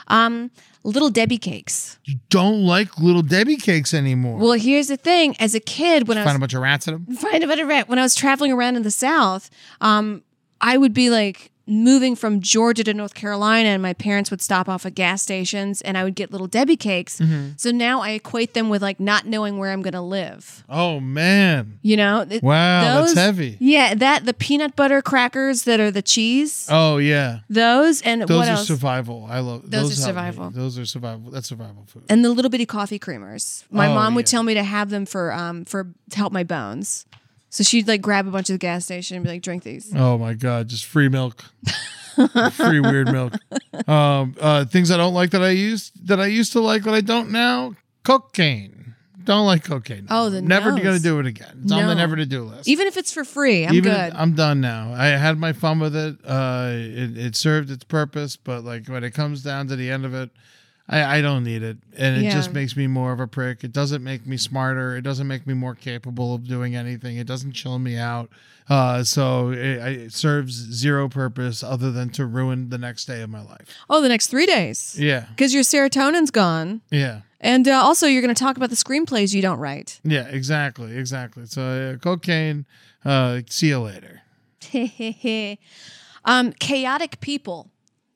S7: Um, little Debbie cakes.
S8: you don't like little Debbie cakes anymore.
S7: Well, here's the thing. As a kid, when I was
S8: Find a bunch of rats in them.
S7: find a better rent. When I was traveling around in the South, um, I would be like moving from Georgia to North Carolina, and my parents would stop off at gas stations, and I would get little Debbie cakes.
S8: Mhm.
S7: So now I equate them with like not knowing where I'm going to live.
S8: Oh man!
S7: You know, th-
S8: Wow, that's heavy.
S7: Yeah, that the peanut butter crackers that are the cheese.
S8: Oh yeah,
S7: Those and
S8: those
S7: what
S8: are
S7: else?
S8: survival. I
S7: Those
S8: love
S7: are
S8: help me.
S7: survival.
S8: Those are survival. That's survival food.
S7: and the little bitty coffee creamers. My
S8: Oh,
S7: mom would tell me to have them for um for to help my bones. So she'd like grab a bunch at the gas station and be like, "Drink these."
S8: Oh my god, just free milk. free weird milk. Um, uh, things I don't like that I used that I used to like that I don't now. Cocaine. Don't like cocaine.
S7: Oh, the
S8: never
S7: nose.
S8: gonna do it again. It's on the
S7: No.
S8: never to do list.
S7: Even if it's for free, I'm
S8: Even- uh,
S7: good.
S8: I'm done now. I had my fun with it. Uh, it, it served its purpose, but like when it comes down to the end of it, I, I don't need it. And it
S7: Yeah.
S8: just makes me more of a prick. It doesn't make me smarter. It doesn't make me more capable of doing anything. It doesn't chill me out. Uh, so it, I- it serves zero purpose other than to ruin the next day of my life.
S14: Oh, the next three days.
S8: Yeah.
S14: Because your serotonin's gone.
S8: Yeah.
S14: And uh, also, you're going to talk about the screenplays you don't write.
S8: Yeah, exactly. Exactly. So uh, cocaine, uh, see you later.
S7: um, chaotic people.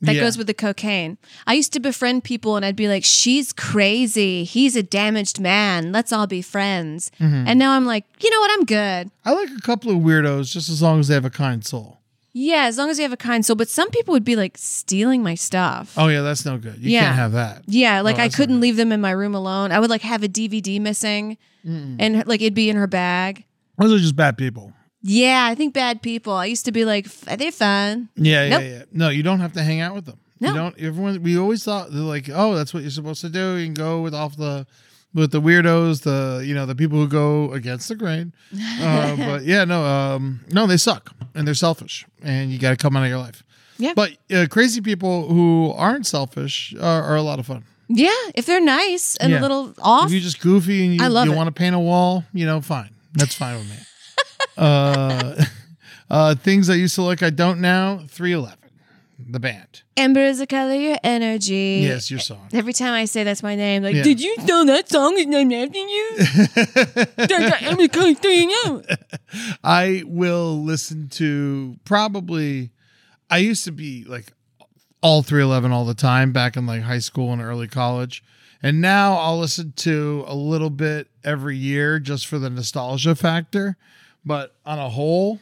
S7: That
S8: Yeah.
S7: goes with the cocaine. I used to befriend people and I'd be like, she's crazy. He's a damaged man. Let's all be friends.
S8: Mhm.
S7: And now I'm like, you know what? I'm good.
S8: I like a couple of weirdos just as long as they have a kind soul.
S7: Yeah, as long as you have a kind soul. But some people would be like stealing my stuff.
S8: Oh, yeah, that's no good. You
S7: Yeah.
S8: can't have that.
S7: Yeah, like
S8: No,
S7: I
S8: that's not
S7: couldn't leave them in my room alone. I would like have a DVD missing
S8: Mm-mm.
S7: and like it'd be in her bag.
S8: Those are just bad people.
S7: Yeah, I think bad people. I used to be like, "F- they're fun.
S8: Yeah,
S7: Nope.
S8: yeah, yeah. No, you don't have to hang out with them. You don't. Everyone. We always thought they're like, oh, that's what you're supposed to do. You can go with off the, with the weirdos, the you know the people who go against the grain. Uh, but yeah, no, um, no, they suck and they're selfish, and you got to come out of your life.
S7: Yeah.
S8: But uh, crazy people who aren't selfish are, are a lot of fun.
S7: Yeah, if they're nice and a
S8: Yeah.
S7: little off.
S8: If you're just goofy and you,
S7: I love
S8: you
S7: it.
S8: want to paint a wall, you know, fine. That's fine with me. uh, uh, things I used to like, I don't now. Three Eleven, the band.
S7: Ember is the color of your energy.
S8: Yes, your song.
S7: Every time I say that's my name, like,
S8: Yeah.
S7: did you know that song is named after you? That's Ember color of your energy.
S8: I will listen to probably. I used to be like all 311 all the time back in like high school and early college. And now I'll listen to a little bit every year just for the nostalgia factor. But on a whole,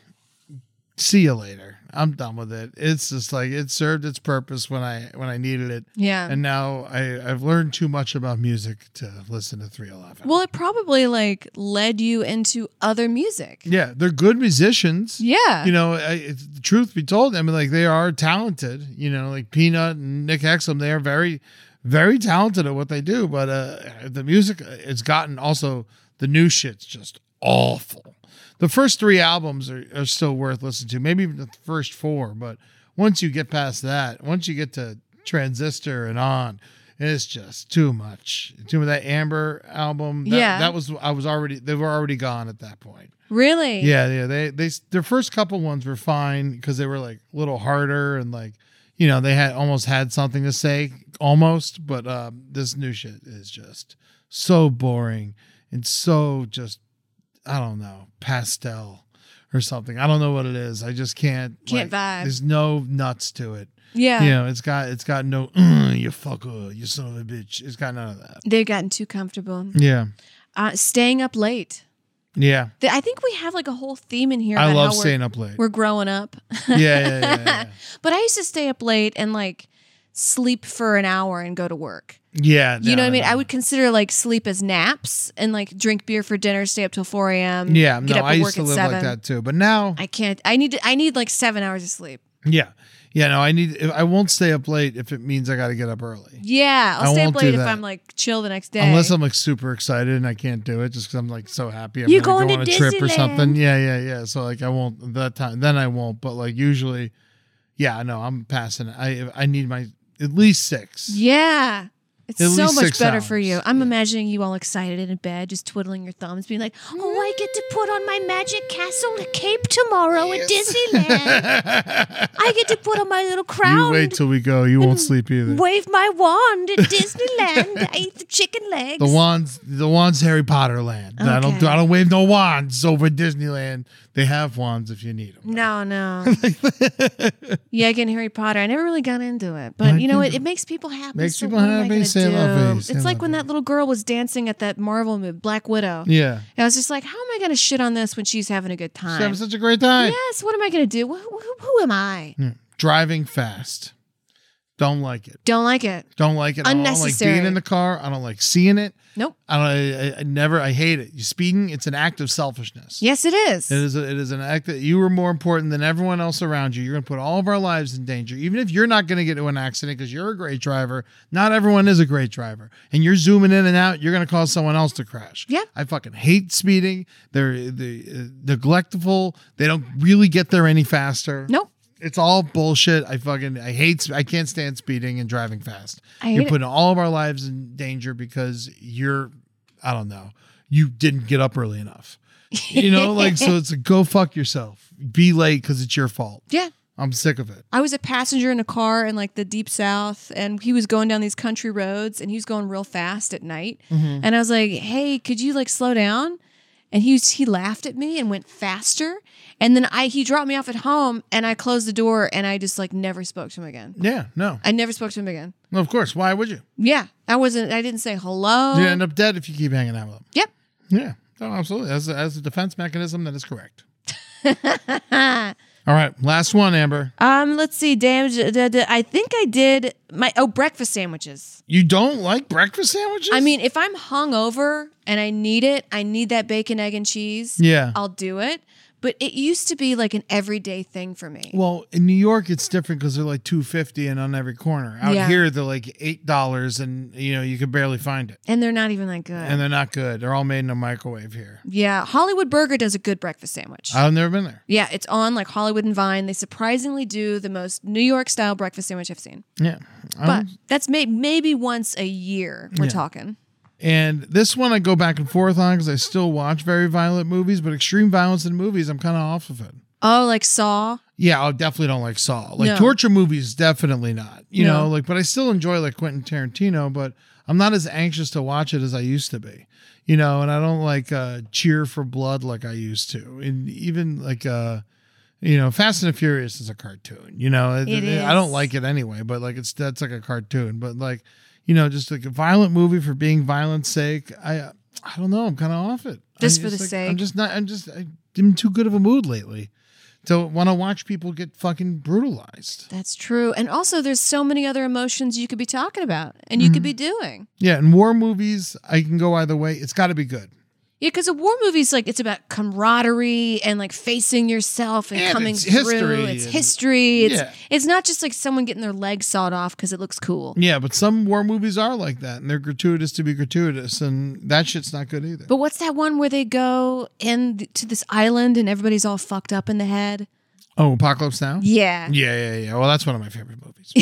S8: see you later. I'm done with it. It's just like it served its purpose when I when I needed it.
S14: Yeah.
S8: And now I, I've learned too much about music to listen to 311.
S14: Well, it probably like led you into other music.
S8: Yeah, they're good musicians.
S14: Yeah.
S8: you know, I, it's, the truth be told, I mean, like they are talented. You know, like Peanut and Nick Hexum, they are very, very talented at what they do. But uh, the music, uh, it's gotten also the new shit's just awful. The first three albums are, are still worth listening to, maybe even the first four. But once you get past that, once you get to Transistor and on. It's just too much. Too much. That Amber album. That,
S14: Yeah.
S8: that was. I was already. They were already gone at that point.
S14: Really?
S8: Yeah, yeah. They they their first couple ones were fine because they were like a little harder and like you know they had almost had something to say almost, but um, this new shit is just so boring and so just I don't know pastel or something. I don't know what it is. I just can't
S14: Can't vibe.
S8: There's no nuts to it.
S14: Yeah.
S8: you know it's got it's got no "Mm, you fucker, you son of a bitch. It's got none of that.
S7: They've gotten too comfortable.
S8: Yeah,
S7: Uh, staying up late.
S8: yeah.
S7: Th- I think we have like a whole theme in here.
S8: I
S7: about
S8: love
S7: how we're-
S8: staying up late.
S7: We're growing up.
S8: Yeah, yeah, yeah, yeah, yeah.
S7: but I used to stay up late and like sleep for an hour and go to work.
S8: Yeah,
S7: you know what
S8: no,
S7: I
S8: no,
S7: mean?
S8: no.
S7: I would consider like sleep as naps and like drink beer for dinner, stay up till four a.m.
S8: Yeah,
S7: um, get
S8: no,
S7: up
S8: I
S7: and
S8: used
S7: work
S8: to
S7: at
S8: live
S7: seven.
S8: like that too. But now,
S7: I can't. I need. To, I need like seven hours of sleep.
S8: yeah, yeah, no, I need. I won't stay up late if it means I got to get up early,
S7: Yeah, I'll
S8: I
S7: stay up
S8: won't do
S7: late if
S8: that.
S7: I'm like chill the next day.
S8: unless I'm like super excited and I can't do it just because I'm like so happy. I'm
S7: You're
S8: gonna
S7: going
S8: go
S7: to
S8: on a trip or something.
S7: Disneyland.
S8: Yeah, yeah, yeah. So like I won't that time. Then I won't. But like usually, yeah, no, I'm passing. it. I I need my at least six.
S7: yeah. It's
S8: At
S7: so
S8: least
S7: much
S8: six
S7: better for you. I'm imagining you all excited in bed, just twiddling your thumbs, being like, "Oh, I get to put on my magic castle cape tomorrow at Disneyland. I get to put on my little
S8: You
S7: crown,
S8: wait till we go. You won't sleep either.
S7: wave my wand at Disneyland. I eat the chicken legs."
S8: The wands, the wands, Harry Potter land. I don't,
S7: Okay.
S8: I don't wave no wands over Disneyland. They have wands if you need them.
S7: No, no. yeah, again, Harry Potter. I never really got into it,
S8: I
S7: but you know
S8: think
S7: what? It makes people happy.
S8: makes
S7: so
S8: people
S7: what am I
S8: happy,
S7: gonna
S8: say la
S7: do?
S8: vie, say
S7: It's
S8: la
S7: like when that little girl was dancing at that Marvel movie, Black Widow.
S8: Yeah.
S7: And I was just like, how am I going to shit on this when she's having a good time?
S8: having such a great time.
S7: Yes. What am I going to do? Who, who, who am I?
S8: Yeah. Driving fast. Don't like it.
S7: Don't like it.
S8: Don't like it. I don't like
S7: Unnecessary.
S8: being in the car. I don't like seeing it.
S7: Nope.
S8: I, don't, I, I never, I hate it. You speeding, it's an act of selfishness.
S7: Yes, it is.
S8: It is, a, it is an act that you are more important than everyone else around you. You're going to put all of our lives in danger. Even if you're not going to get into an accident because you're a great driver, not everyone is a great driver. And you're zooming in and out, you're going to cause someone else to crash.
S7: Yeah.
S8: I fucking hate speeding. They're, they uh, neglectful. They don't really get there any faster.
S7: Nope.
S8: It's all bullshit. I fucking I hate sp- I can't stand speeding and driving fast.
S16: I hate
S8: you're
S16: it.
S8: putting all of our lives in danger because you're I don't know. You didn't get up early enough. You know, like so it's a go fuck yourself. Be late cuz it's your fault.
S16: Yeah.
S8: I'm sick of it.
S7: I was a passenger in a car in like the deep south, and he was going down these country roads, and he was going real fast at night.
S16: Mhm.
S7: And I was like, "Hey, could you like slow down?" And he was, he laughed at me and went faster. And then I he dropped me off at home, and I closed the door, and I just like never spoke to him again.
S8: Yeah, no.
S7: I never spoke to him again.
S8: Well, of course, why would you?
S7: Yeah, I wasn't. I didn't say hello.
S8: You end up dead if you keep hanging out with them.
S7: Yep.
S8: Yeah. Oh, absolutely. As a, as a defense mechanism, that is correct. All right, last one, Amber.
S7: um, let's see. Damage. da- da- I think I did my oh breakfast sandwiches.
S8: You don't like breakfast sandwiches?
S7: I mean, if I'm hungover and I need it, I need that bacon, egg, and cheese.
S8: Yeah.
S7: I'll do it. But it used to be like an everyday thing for me.
S8: Well, in New York, it's different because they're like two fifty and on every corner. Out
S7: Yeah.
S8: here, they're like eight dollars, and you know you can barely find it.
S7: And they're not even that good.
S8: And they're not good. They're all made in a microwave here.
S7: yeah. Hollywood Burger does a good breakfast sandwich.
S8: I've never been there.
S7: yeah. It's on like Hollywood and Vine. They surprisingly do the most New York style breakfast sandwich I've seen.
S8: Yeah,
S7: But
S8: I'm-
S7: that's may- maybe once a year we're
S8: Oh. Yeah.
S7: talking.
S8: and this one I go back and forth on because I still watch very violent movies, but extreme violence in movies, I'm kind of off of it.
S7: Oh, like Saw.
S8: Yeah, I definitely don't like Saw. Like
S7: No.
S8: torture movies, definitely not. You
S7: No.
S8: know, like, but I still enjoy like Quentin Tarantino, but I'm not as anxious to watch it as I used to be. You know, and I don't like uh cheer for blood like I used to. And even like uh you know, Fast and the Furious is a cartoon. You know,
S7: It
S8: I don't
S7: is.
S8: like it anyway, but like it's that's like a cartoon. But like, you know, just like a violent movie for being violent's sake. I I don't know. I'm kind of off it.
S7: Just
S8: I
S7: for the
S8: like,
S7: sake.
S8: I'm just not. I'm just. I'm in too good of a mood lately to want to watch people get fucking brutalized.
S7: That's true. And also, there's so many other emotions you could be talking about and you could
S8: Mm.
S7: be doing.
S8: Yeah, and war movies, I can go either way. It's got to be good.
S7: Yeah, because a war movie's like it's about camaraderie and like facing yourself and,
S8: And
S7: coming
S8: it's
S7: through.
S8: history
S7: it's
S8: and-
S7: history. It's
S8: Yeah.
S7: it's not just like someone getting their leg sawed off because it looks cool.
S8: Yeah, but some war movies are like that, and they're gratuitous to be gratuitous, and that shit's not good either.
S7: But what's that one where they go in th- to this island and everybody's all fucked up in the head?
S8: Oh, Apocalypse Now.
S7: Yeah.
S8: Yeah, yeah, yeah. Well, that's one of my favorite movies.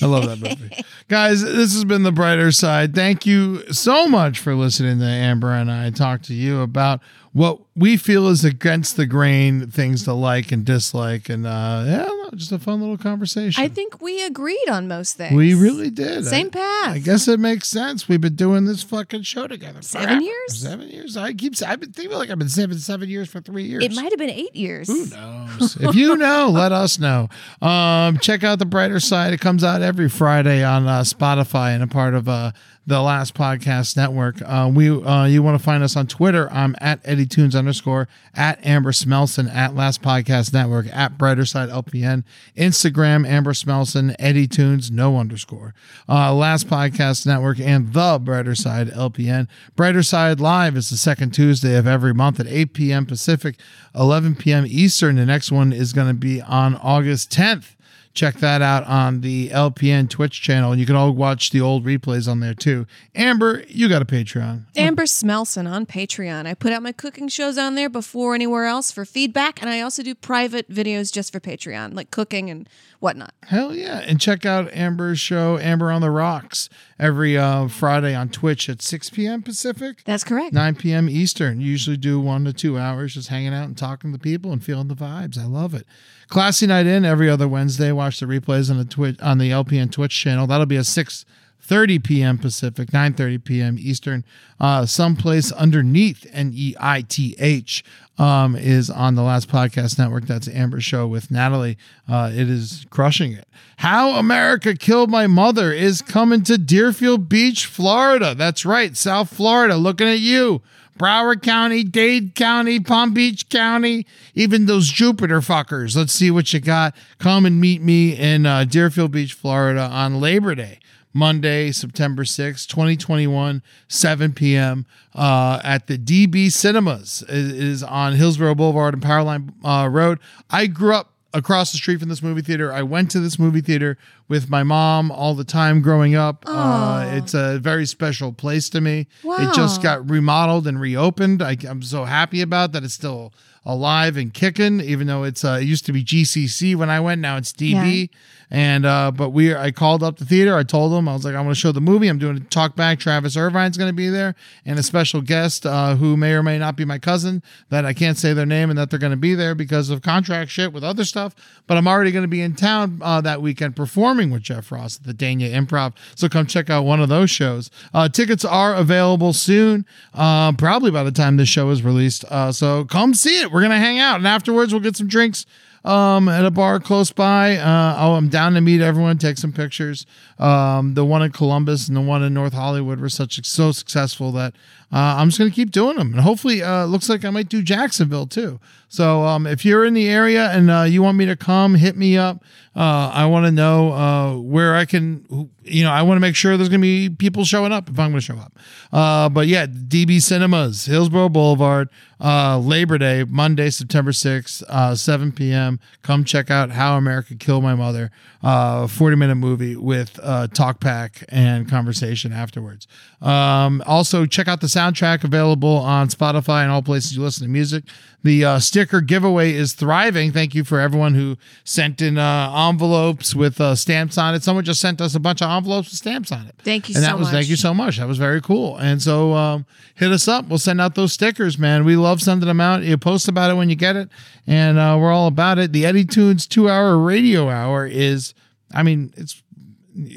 S8: I love that movie. Guys, this has been The Brighter Side. Thank you so much for listening to Amber and I talk to you about what we feel is against the grain things to like and dislike. And uh, yeah, no, just a fun little conversation.
S7: I think we agreed on most things.
S8: We really did.
S7: Same
S8: I-
S7: path.
S8: I guess it makes sense. We've been doing this fucking show together.
S7: Seven
S8: forever.
S7: years?
S8: Seven years. I keep. I've been thinking like I've been seven seven years for three years.
S7: It might have been eight years. Who
S8: knows? if you know, let us know. Um, check out the brighter side. It comes out every Friday on uh, Spotify and a part of uh, the Last Podcast Network. Uh, we uh, you want to find us on Twitter? I'm at Eddie Tunes underscore at Amber Smelson at Last Podcast Network at Brighter Side LPN Instagram Amber Smelson Eddie Tunes no underscore uh, Last Podcast Network and the Brighter Side LPN. Brighter Side Live is the second Tuesday of every month at 8 p.m. Pacific, 11 p.m. Eastern. The next one is going to be on August 10th. Check that out on the LPN Twitch channel. And you can all watch the old replays on there too. Amber, you got a Patreon.
S7: Amber Smelson on Patreon. I put out my cooking shows on there before anywhere else for feedback, and I also do private videos just for Patreon, like cooking and whatnot.
S8: Hell yeah. And check out Amber's show, Amber on the Rocks, every uh, Friday on Twitch at 6 p.m. Pacific.
S7: That's correct.
S8: 9 p.m. Eastern. You usually do one to two hours just hanging out and talking to people and feeling the vibes. I love it. Classy night in every other Wednesday. Watch the replays on the Twitch on the LPN Twitch channel. That'll be at 6 30 p.m. Pacific, 9 30 p.m. Eastern. Uh, someplace underneath N E I T H um, is on the Last Podcast Network. That's Amber Show with Natalie. Uh, it is crushing it. How America Killed My Mother is coming to Deerfield Beach, Florida. That's right, South Florida. Looking at you. Broward County, Dade County, Palm Beach County, even those Jupiter fuckers. Let's see what you got. Come and meet me in uh, Deerfield Beach, Florida on Labor Day. Monday, September sixth, 2021, 7 p.m. Uh, at the DB Cinemas. It is on Hillsborough Boulevard and Powerline uh, Road. I grew up across the street from this movie theater. I went to this movie theater with my mom all the time growing up. Uh, it's a very special place to me. It just
S17: Wow.
S8: got remodeled and reopened. I, I'm so happy about that. It's still alive and kicking, even though it's uh, it used to be GCC when I went. Now it's DB. And uh, but we I called up the theater. I told them I was like I want to show the movie. I'm doing a talk back. Travis Irvine's going to be there, and a special guest uh, who may or may not be my cousin that I can't say their name and that they're going to be there because of contract shit with other stuff. But I'm already going to be in town uh, that weekend performing with Jeff Ross at the Dania Improv. So come check out one of those shows. Uh, tickets are available soon, uh, probably by the time this show is released. Uh, so come see it. We're going to hang out, and afterwards we'll get some drinks um, at a bar close by. Uh, oh, I'm down to meet everyone, take some pictures. Um, the one in Columbus and the one in North Hollywood were such so successful that uh, I'm just going to keep doing them. And hopefully, uh, looks like I might do Jacksonville too. So um, if you're in the area and uh, you want me to come, hit me up. Uh, I want to know uh, where I can, who- you know, I want to make sure there's going to be people showing up if I'm going to show up. Uh, but yeah, DB Cinemas, Hillsborough Boulevard, uh, Labor Day, Monday, September 6th, uh, 7 p.m. Come check out How America Killed My Mother, uh, 40 minute movie with uh, talk pack and conversation afterwards. Um, also, check out the soundtrack available on Spotify and all places you listen to music. The uh, sticker giveaway is thriving. Thank you for everyone who sent in uh, envelopes with uh, stamps on it. Someone just sent us a bunch of envelopes with stamps on it.
S7: Thank you
S8: and
S7: so
S8: that was
S7: much.
S8: thank you so much. That was very cool. And so um, hit us up. We'll send out those stickers, man. We love sending them out. You post about it when you get it, and uh, we're all about it. The Eddie Tunes two hour radio hour is, I mean, it's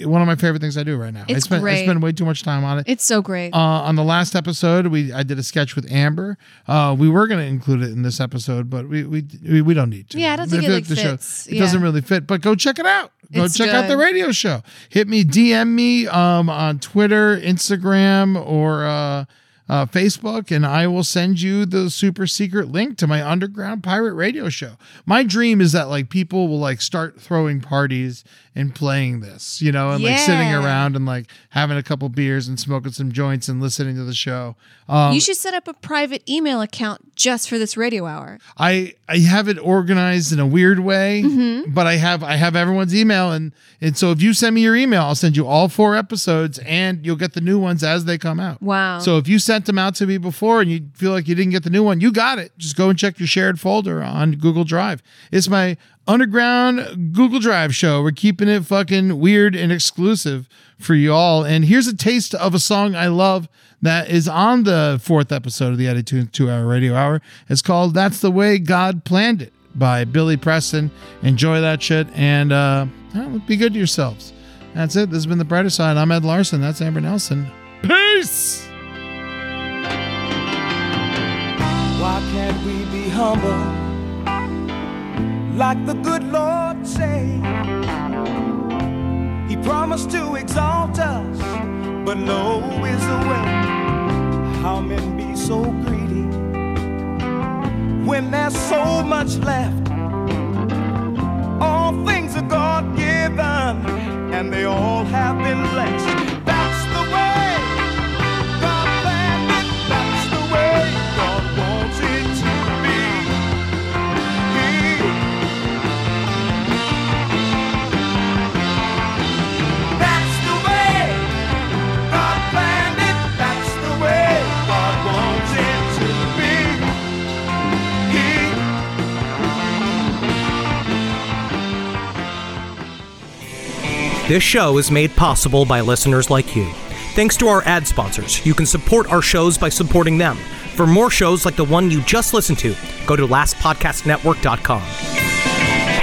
S8: one of my favorite things I do right now.
S7: It's
S8: I spend, I
S7: great.
S8: spend way too much time on it.
S7: It's so great.
S8: Uh, on the last episode, we I did a sketch with Amber. Uh, we were going to include it in this episode, but we we we, we don't need to.
S7: Yeah, I don't think
S8: I
S7: it,
S8: feel
S7: like, fits.
S8: It
S7: Yeah.
S8: doesn't really fit, but go check it out. Go
S7: It's
S8: check out the
S7: good.
S8: radio show. Hit me, DM me um, on Twitter, Instagram, or. Uh, uh, Facebook, and I will send you the super secret link to my underground pirate radio show. My dream is that like people will like start throwing parties and playing this, you know, and like sitting
S7: Yeah.
S8: around and like having a couple beers and smoking some joints and listening to the show. Um,
S7: you should set up a private email account just for this radio hour.
S8: I I have it organized in a weird way,
S7: Mhm.
S8: but I have I have everyone's email and and so if you send me your email, I'll send you all four episodes and you'll get the new ones as they come out.
S7: Wow.
S8: So if you sent them out to me before and you feel like you didn't get the new one, you got it. Just go and check your shared folder on Google Drive. It's my underground Google Drive show. We're keeping it fucking weird and exclusive for y'all. And here's a taste of a song I love that is on the fourth episode of the Attitude Two Hour Radio Hour. It's called "That's the Way God Planned It" by Billy Preston. Enjoy that shit and uh, be good to yourselves. That's it. This has been the brighter side. I'm Ed Larson. That's Amber Nelson. Peace.
S15: Why can't we be humble? Like the good Lord say. He promised to exalt us, but low is the way. How men be so greedy when there's so much left? All things are God given, and they all have been blessed. That's the way God planned it. That's the way God wants it to be. That's the way God planned it. That's the way God wants it to be.
S18: This show is made possible by listeners like you. Thanks to our ad sponsors, you can support our shows by supporting them. For more shows like the one you just listened to, go to lastpodcastnetwork.com.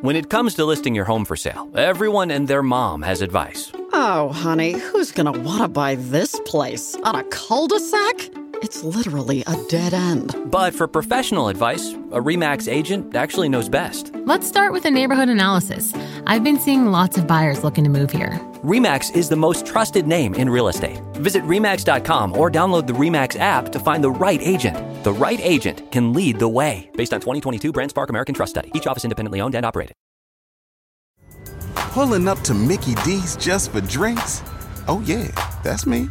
S10: When it comes to listing your home for sale, everyone and their mom has advice.
S11: Oh, honey, who's gonna wanna buy this place? On a cul de sac? It's literally a dead end.
S10: But for professional advice, a REMAX agent actually knows best.
S19: Let's start with a neighborhood analysis. I've been seeing lots of buyers looking to move here.
S10: REMAX is the most trusted name in real estate. Visit REMAX.com or download the REMAX app to find the right agent. The right agent can lead the way. Based on 2022 Brand Spark American Trust Study, each office independently owned and operated.
S12: Pulling up to Mickey D's just for drinks? Oh, yeah, that's me.